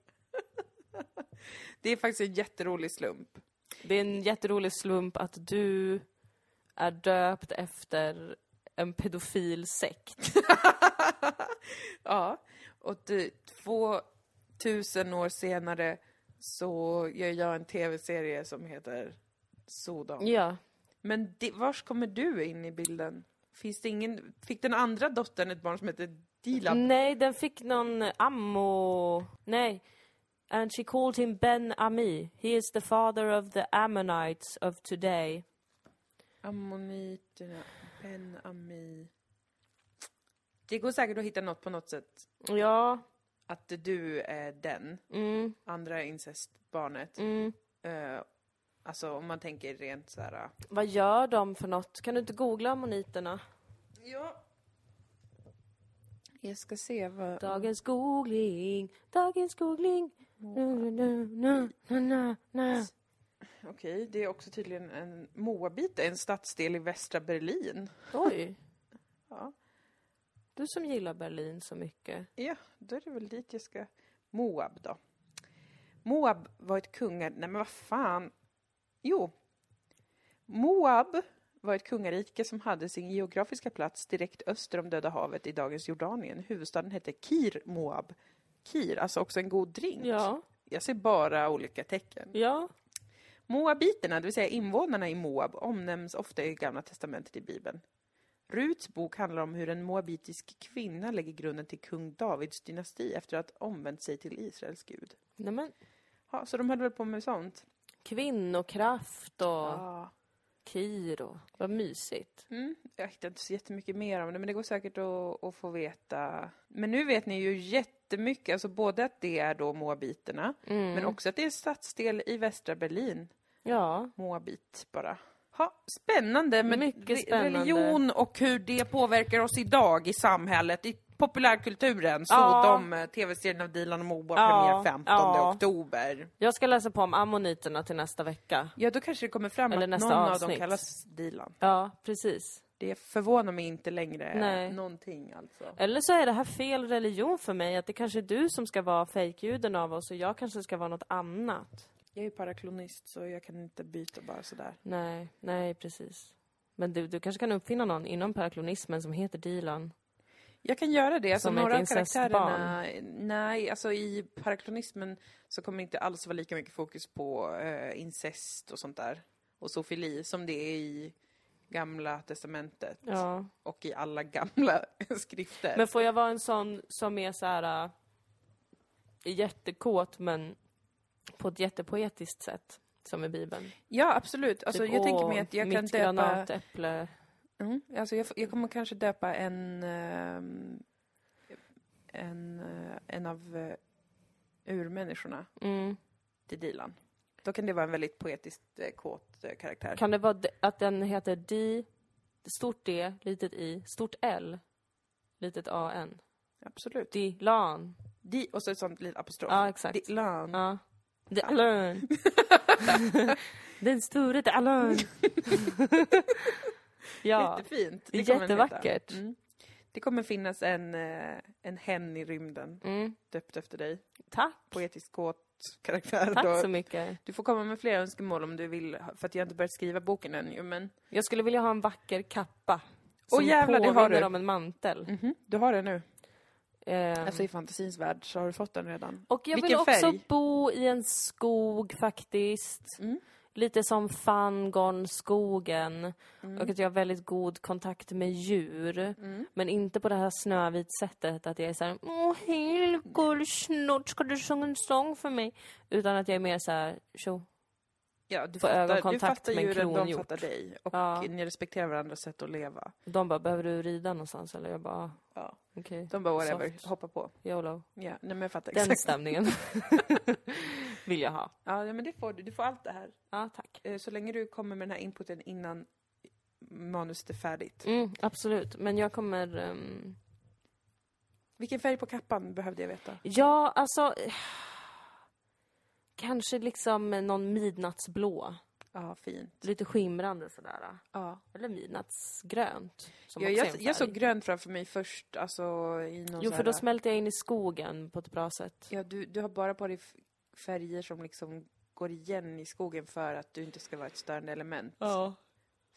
S1: Det är faktiskt en jätterolig slump.
S2: Det är en jätterolig slump att du är döpt efter en pedofil sekt.
S1: (laughs) Ja, och ty- 2000 år senare så gör jag en tv-serie som heter Sodom.
S2: Ja.
S1: Men det, vars kommer du in i bilden? Finns det ingen, fick den andra dottern ett barn som heter Dilab?
S2: Nej, den fick någon ammo... Nej. And she called him Ben Ami. He is the father of the Ammonites of today.
S1: Ammoniterna, Ben Ami. Det går säkert att hitta något på något sätt.
S2: Ja.
S1: Att du är den,
S2: Mm.
S1: andra incestbarnet.
S2: Mm.
S1: Eh, alltså om man tänker rent så här. ah.
S2: Vad gör de för något? Kan du inte googla ammoniterna?
S1: Ja. Jag ska se vad...
S2: Dagens googling, dagens googling. Nu, nu, nu, nu, nu, nu.
S1: Okej, det är också tydligen en Moabit, en stadsdel i västra Berlin.
S2: Oj.
S1: Ja.
S2: Du som gillar Berlin så mycket.
S1: Ja, då är det väl dit jag ska... Moab då. Moab var ett kungar... Nej men vad fan. Jo. Moab var ett kungarike som hade sin geografiska plats direkt öster om Döda havet i dagens Jordanien. Huvudstaden hette Kir Moab. Kir, alltså också en god drink.
S2: Ja,
S1: Jag ser bara olika tecken.
S2: ja.
S1: Moabiterna, det vill säga invånarna i Moab, omnämns ofta i Gamla testamentet i Bibeln. Ruts bok handlar om hur en moabitisk kvinna lägger grunden till kung Davids dynasti efter att ha omvänt sig till Israels gud.
S2: Nej men,
S1: Ja, så de höll väl på med sånt?
S2: kvinnokraft och kir och vad mysigt.
S1: Mm, jag hittade inte så jättemycket mer om det, men det går säkert att, att få veta. Men nu vet ni ju jättemycket, alltså både att det är då moabiterna, men också att det är en stadsdel i västra Berlin.
S2: Ja.
S1: Moabit bara. Ha, spännande med
S2: Mycket
S1: re-
S2: spännande.
S1: religion och hur det påverkar oss idag i samhället, i populärkulturen.
S2: Ja.
S1: Sodom, eh, tv-serien av Dilan och Moa,
S2: Ja,
S1: premiär 15
S2: ja.
S1: oktober.
S2: Jag ska läsa på om ammoniterna till nästa vecka.
S1: Ja, då kanske det kommer fram
S2: Eller
S1: att
S2: nästa
S1: någon av dem
S2: avsnitt.
S1: kallas Dilan.
S2: Ja, precis.
S1: Det förvånar mig inte längre
S2: Nej.
S1: någonting alltså.
S2: Eller så är det här fel religion för mig, att det kanske är du som ska vara fejkjuden av oss och jag kanske ska vara något annat.
S1: Jag är ju paraklonist så jag kan inte byta bara sådär.
S2: Nej, nej precis. Men du, du kanske kan uppfinna någon inom paraklonismen som heter Dilan.
S1: Jag kan göra det. Alltså,
S2: Som ett
S1: några av
S2: incestbarn.
S1: karaktärerna... Nej, alltså i paraklonismen så kommer det inte alls vara lika mycket fokus på eh, incest och sånt där. Och zoofili som det är i Gamla Testamentet
S2: Ja.
S1: och i alla gamla (laughs) skrifter.
S2: Men får jag vara en sån som är så här äh, jättekåt men på ett jättepoetiskt sätt, som i Bibeln? Typ,
S1: Ja, absolut. Alltså, jag tänker mig att jag
S2: mitt
S1: kan döpa...
S2: granatäpple.
S1: Mm. Alltså jag, f- jag kommer kanske döpa en, ehm, en, eh, en av eh, urmänniskorna
S2: Mm.
S1: till Dilan. Då kan det vara en väldigt poetiskt eh, kåt eh, karaktär.
S2: Kan det vara d- att den heter Di, stort D, litet I, stort L, litet AN?
S1: Absolut.
S2: Dilan.
S1: Di, och så ett sånt litet apostrof.
S2: Ja, exakt.
S1: Dilan.
S2: Ja. Dilan. (laughs) Den store Dilan. ja.
S1: Jättefint.
S2: Det är
S1: kommer den heta.
S2: jättevackert.
S1: Mm. Det kommer finnas en, eh, en hen i rymden
S2: Mm.
S1: döpt efter dig.
S2: Tack.
S1: Poetiskt kåt karaktär.
S2: Tack
S1: då.
S2: så mycket.
S1: Du får komma med fler önskemål om du vill, ha- för att jag har inte börjat skriva boken än ju, men
S2: Jag skulle vilja ha en vacker kappa.
S1: Åh, jävlar, det har
S2: påminner
S1: du.
S2: om en mantel.
S1: Mhm, du har det nu.
S2: Ehm,
S1: Alltså i fantasins värld så har du fått den redan.
S2: och jag vill
S1: vilken
S2: också
S1: färg?
S2: bo i en skog faktiskt.
S1: Mm.
S2: Lite som Fangorn skogen.
S1: Mm.
S2: Och att jag har väldigt god kontakt med djur. Men inte på det här snövit sättet att jag är såhär Åh hej gull, snart ska du sjunga en sång för mig? Utan att jag är mer såhär tjo.
S1: Ja, du
S2: Få
S1: fattar, du
S2: ögonkontakt
S1: fattar
S2: med en
S1: djuren, de
S2: kronhjort.
S1: fattar dig. Och
S2: Ja.
S1: ni respekterar varandras sätt att leva.
S2: De bara, behöver du rida någonstans? Eller jag bara, "Ah,
S1: Ja.
S2: okej,
S1: De bara whatever,
S2: Soft.
S1: hoppa på.
S2: YOLO.
S1: Ja, nej, men jag fattar
S2: Den
S1: exakt.
S2: stämningen (laughs) vill jag ha.
S1: Ja, men det får du. Du får allt det här.
S2: Ja, tack.
S1: Eh, Så länge du kommer med den här inputen innan manuset är färdigt.
S2: Mm, absolut, men jag kommer... ehm,
S1: Vilken färg på kappan behövde jag veta?
S2: Ja, alltså... (sighs) eh, Kanske liksom någon midnattsblå.
S1: Ja, fint.
S2: Lite skimrande sådär.
S1: Ja.
S2: Eller midnattsgrönt. Som
S1: Jag,
S2: också är
S1: jag,
S2: en
S1: jag
S2: färg.
S1: såg grönt framför mig först, alltså i någon
S2: Jo,
S1: så
S2: för då
S1: här-
S2: smälter jag in i skogen på ett bra sätt.
S1: Ja, du, du har bara på dig f- färger som liksom går igen i skogen för att du inte ska vara ett störande element.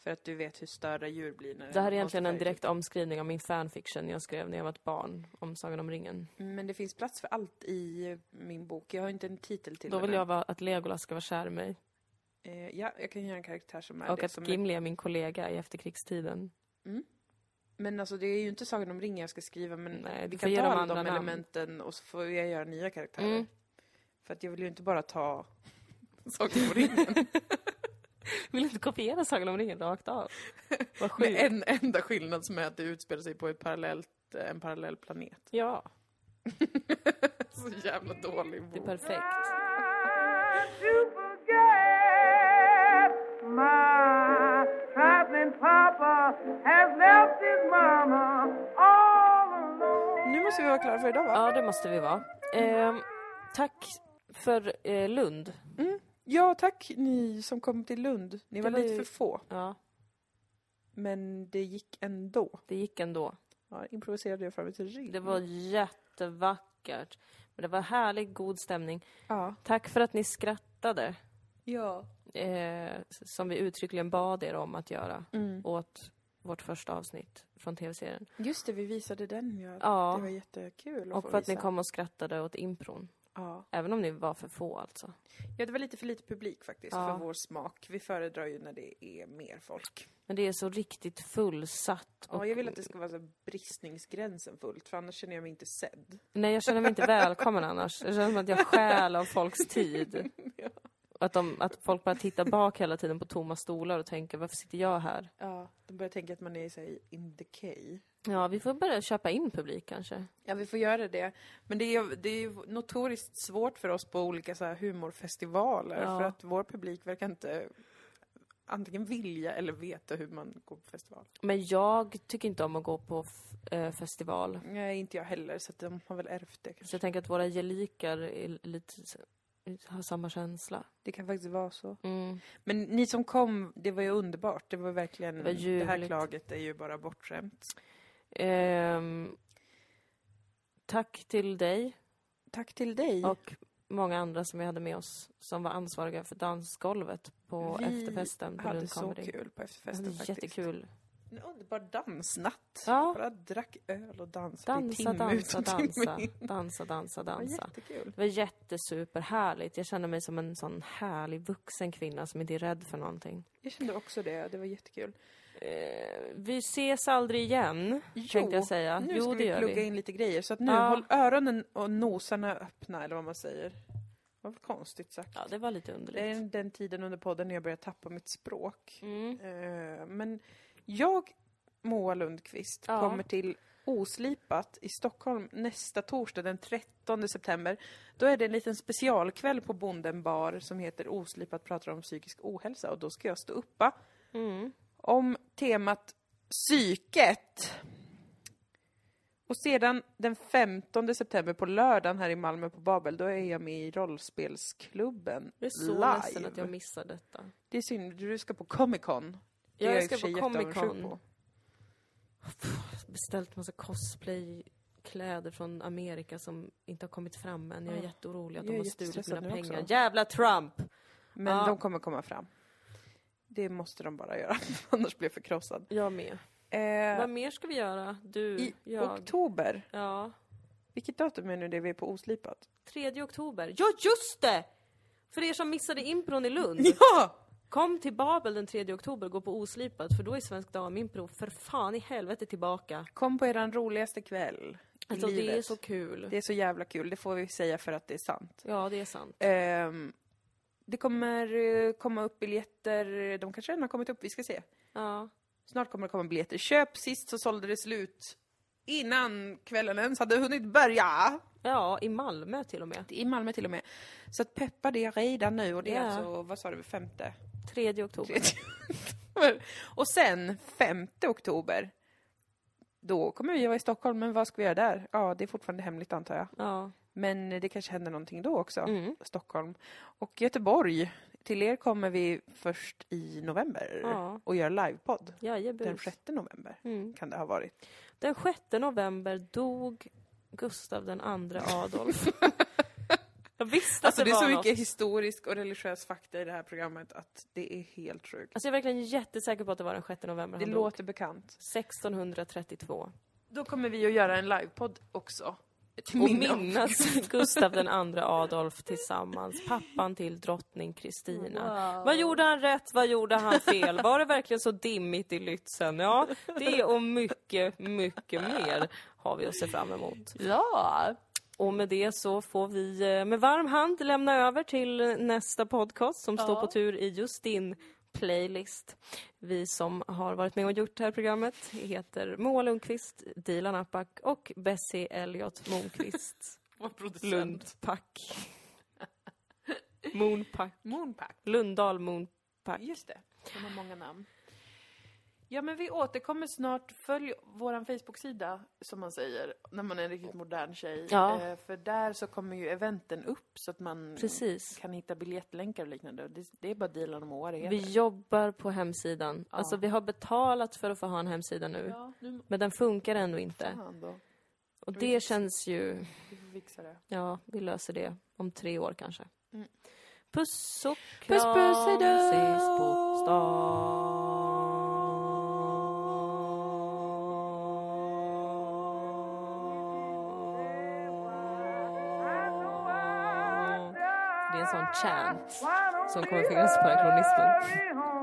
S1: För att du vet hur störda djur blir när
S2: Det här är
S1: de
S2: egentligen en
S1: färger.
S2: direkt omskrivning av min fanfiction jag skrev när jag var ett barn, om Sagan om ringen.
S1: Men det finns plats för allt i min bok. Jag har inte en titel till
S2: Då
S1: den
S2: vill jag
S1: än.
S2: vara att Legolas ska vara kär i mig.
S1: Eh, ja, jag kan göra en karaktär som är
S2: Och
S1: det.
S2: att
S1: Som
S2: Gimli är min kollega i efterkrigstiden.
S1: är... Men alltså det är ju inte Sagan om ringen jag ska skriva men
S2: Nej, du
S1: vi
S2: får
S1: kan
S2: ge
S1: ta
S2: dem
S1: alla
S2: andra
S1: de
S2: namn.
S1: elementen och så får jag göra nya karaktärer.
S2: Mm.
S1: För att jag vill ju inte bara
S2: (laughs)
S1: ta Sagan om ringen
S2: Vill inte kopiera Sagan om ringen
S1: (laughs)
S2: rakt av?
S1: (laughs)
S2: Vad
S1: med
S2: sjukt.
S1: en enda skillnad som är att det utspelar sig på ett parallellt, eh, en parallell planet.
S2: (laughs) Ja,
S1: Så jävla dålig
S2: det är
S1: bok.
S2: perfekt.
S3: to forget. My traveling papa has left his mama all alone.
S1: Nu måste vi vara klara för idag va?
S2: Ja, det måste vi vara. Ehm, tack för eh, Lund.
S1: Ja, tack ni som kom till Lund. Ni var,
S2: var
S1: lite
S2: ju-
S1: för få,
S2: Ja,
S1: men det gick ändå.
S2: det gick ändå.
S1: Ja, improviserade jag fram ett rim.
S2: Det var jättevackert. Men det var härlig, god stämning.
S1: Ja.
S2: Tack för att ni skrattade.
S1: ja.
S2: eh, som vi uttryckligen bad er om att göra
S1: Mm.
S2: åt vårt första avsnitt från tv-serien.
S1: Just det, vi visade den ja.
S2: Ja.
S1: Det var jättekul att
S2: Och
S1: få
S2: för att ni
S1: visa.
S2: kom och skrattade åt impron.
S1: Ja.
S2: Även om ni var för få alltså.
S1: ja, det var lite för lite publik faktiskt,
S2: Ja.
S1: för vår smak. Vi föredrar ju när det är mer folk.
S2: Men det är så riktigt fullsatt. Och...
S1: Ja, jag vill att det ska vara så här bristningsgränsen fullt, för annars känner jag mig inte sedd.
S2: Nej, jag känner mig inte välkommen annars. Jag känner som att jag stjäl av folks tid.
S1: Ja.
S2: Och Att, de, att folk bara tittar bak hela tiden på tomma stolar och tänker varför sitter jag här?
S1: Ja. De börjar tänka att man är så här, in decay.
S2: Ja, vi får börja köpa in publik kanske.
S1: Ja, vi får göra det. Men det är, ju- det är ju notoriskt svårt för oss på olika så här humorfestivaler
S2: Ja.
S1: för att vår publik verkar inte antingen vilja eller veta hur man går på festival.
S2: Men jag tycker inte om att gå på f- eh, festival.
S1: Nej, inte jag heller, så att de har väl ärvt det.
S2: Så jag tänker att våra gelikar är lite... så- har samma känsla.
S1: Det kan faktiskt vara så.
S2: Mm.
S1: Men ni som kom, det var ju underbart. Det var verkligen...
S2: Det
S1: Det,
S2: var
S1: här
S2: ljuvligt.
S1: klaget är ju bara bortskämt.
S2: Ehm, tack till dig
S1: Tack till dig.
S2: och många andra som vi hade med oss som var ansvariga för dansgolvet på
S1: Vi
S2: efterfesten på
S1: hade
S2: Lund
S1: så
S2: Comedy.
S1: kul på
S2: Det
S1: efterfesten
S2: var
S1: faktiskt.
S2: jättekul.
S1: En underbar dansnatt.
S2: Ja.
S1: Bara drack öl och dansade i
S2: Dansa,
S1: timme
S2: dansa,
S1: ut och timme (laughs)
S2: dansa.
S1: in.
S2: Dansa, dansa,
S1: Det var
S2: dansa.
S1: jättekul.
S2: Det var jättesuperhärligt. Jag kände mig som en sån härlig vuxen kvinna som inte är rädd för någonting.
S1: Jag kände också det. Det var jättekul.
S2: Eh, vi ses aldrig igen,
S1: Jo,
S2: tänkte jag säga.
S1: Nu
S2: jo,
S1: ska
S2: det
S1: vi
S2: gör
S1: plugga
S2: vi.
S1: in lite grejer. Så att nu,
S2: Ja.
S1: håll öronen och nosarna öppna, eller vad man säger. Vad konstigt sagt.
S2: Ja, det var lite
S1: det är
S2: underligt.
S1: den tiden under podden när jag börjar tappa mitt språk.
S2: Mm.
S1: Eh, Men jag, Moa Lundqvist,
S2: Ja.
S1: kommer till Oslipat i Stockholm nästa torsdag den 13 september. Då är det en liten specialkväll på Bonden bar som heter Oslipat pratar om psykisk ohälsa och då ska jag stå uppa
S2: Mm.
S1: om temat psyket. Och sedan den 15 september på lördagen här i Malmö på Babel, då är jag med i rollspelsklubben
S2: Jag är så
S1: live.
S2: ledsen att jag missar detta.
S1: Det är synd, du ska på Comic Con. Det är
S2: jag
S1: i och
S2: ska
S1: för sig
S2: på Comic
S1: jätteavundsjuk
S2: Con.
S1: på.
S2: Beställt massa cosplaykläder från Amerika som inte har kommit fram än. Jag är
S1: Ja.
S2: jätteorolig att
S1: Jag
S2: de
S1: är
S2: har stulit mina
S1: jättestressad nu också.
S2: pengar. Jävla Trump!
S1: Men
S2: Ja.
S1: de kommer komma fram. Det måste de bara göra, (laughs) annars blir jag förkrossad.
S2: Jag med.
S1: Eh,
S2: Vad mer ska vi göra? Du,
S1: I
S2: jag.
S1: oktober,
S2: Ja.
S1: vilket datum är nu det vi är på
S2: (laughs)
S1: Oslipat?
S2: 3 oktober. Ja, just det! För er som missade impron i Lund.
S1: Ja!
S2: Kom till Babel den 3 oktober, gå på oslipat för då är Svensk Damimpro för fan i helvete tillbaka.
S1: Kom på eran roligaste kväll i
S2: Alltså
S1: livet.
S2: det är så kul.
S1: det är så jävla kul, det får vi säga för att det är sant.
S2: Ja, det är sant.
S1: Ehm, det kommer eh, komma upp biljetter, de kanske redan har kommit upp, vi ska se.
S2: Ja.
S1: Snart kommer det komma biljetter. Köp sist så sålde det slut. Innan kvällen ens hade hunnit börja.
S2: ja, i Malmö till och med.
S1: I Malmö till och med. Så att peppa det redan nu och det
S2: Ja.
S1: är alltså, vad sa du, femte? Tredje
S2: 3 oktober.
S1: oktober. (laughs) Och sen femte oktober. Då kommer vi vara i Stockholm, men vad ska vi göra där? Ja, det är fortfarande hemligt antar jag.
S2: Ja.
S1: Men det kanske händer någonting då också.
S2: Mm.
S1: Stockholm. Och Göteborg. Till er kommer vi först i november
S2: Ja.
S1: och gör livepodd. Den
S2: Jajebus.
S1: 6 november
S2: Mm.
S1: kan det ha varit.
S2: Den 6 november dog Gustav den andre
S1: (laughs)
S2: Adolf. jag visste att
S1: Alltså det är
S2: var
S1: så
S2: något.
S1: mycket historisk och religiös fakta i det här programmet att det är helt sjukt.
S2: Alltså jag är verkligen jättesäker på att det var den 6 november
S1: Det
S2: han dog.
S1: låter bekant.
S2: 1632.
S1: Då kommer vi att göra en livepodd också. Till
S2: och
S1: minne av-
S2: minnas (laughs) Gustav den andra Adolf tillsammans, pappan till drottning Kristina. Vad gjorde han rätt, vad gjorde han fel? Var det verkligen så dimmigt i Lützen? Ja, det och mycket, mycket mer har vi att se fram emot.
S1: Ja!
S2: Och med det så får vi eh, med varm hand lämna över till nästa podcast som står på tur i just din playlist. Vi som har varit med och gjort det här programmet heter Moa Lundqvist, Dilan Apak och Bessie Elliot Moonqvist.
S1: Vår producent.
S2: Lundpack. Moonpack.
S1: Moonpack.
S2: Lundahl Moonpack.
S1: Just det. De har många namn. Ja men vi återkommer snart. Följ våran Facebook-sida som man säger när man är en riktigt modern tjej.
S2: Ja.
S1: Eh, För där så kommer ju eventen upp så att man
S2: Precis.
S1: kan hitta biljettlänkar och liknande. Det, det är bara Dilan och Moa det heter.
S2: Vi jobbar på hemsidan. Alltså vi har betalat för att få ha en hemsida nu.
S1: Ja, nu...
S2: Men den funkar ändå inte.
S1: Fan då.
S2: Och det känns ju...
S1: Vi får fixa det.
S2: Ja, vi löser det om tre år kanske.
S1: Mm.
S2: Puss och
S1: Puss,
S2: kram,
S1: puss, hej då!
S2: ses på stan. Det är en sån chant som kommer finnas på den här kronismen.
S3: Hurry home.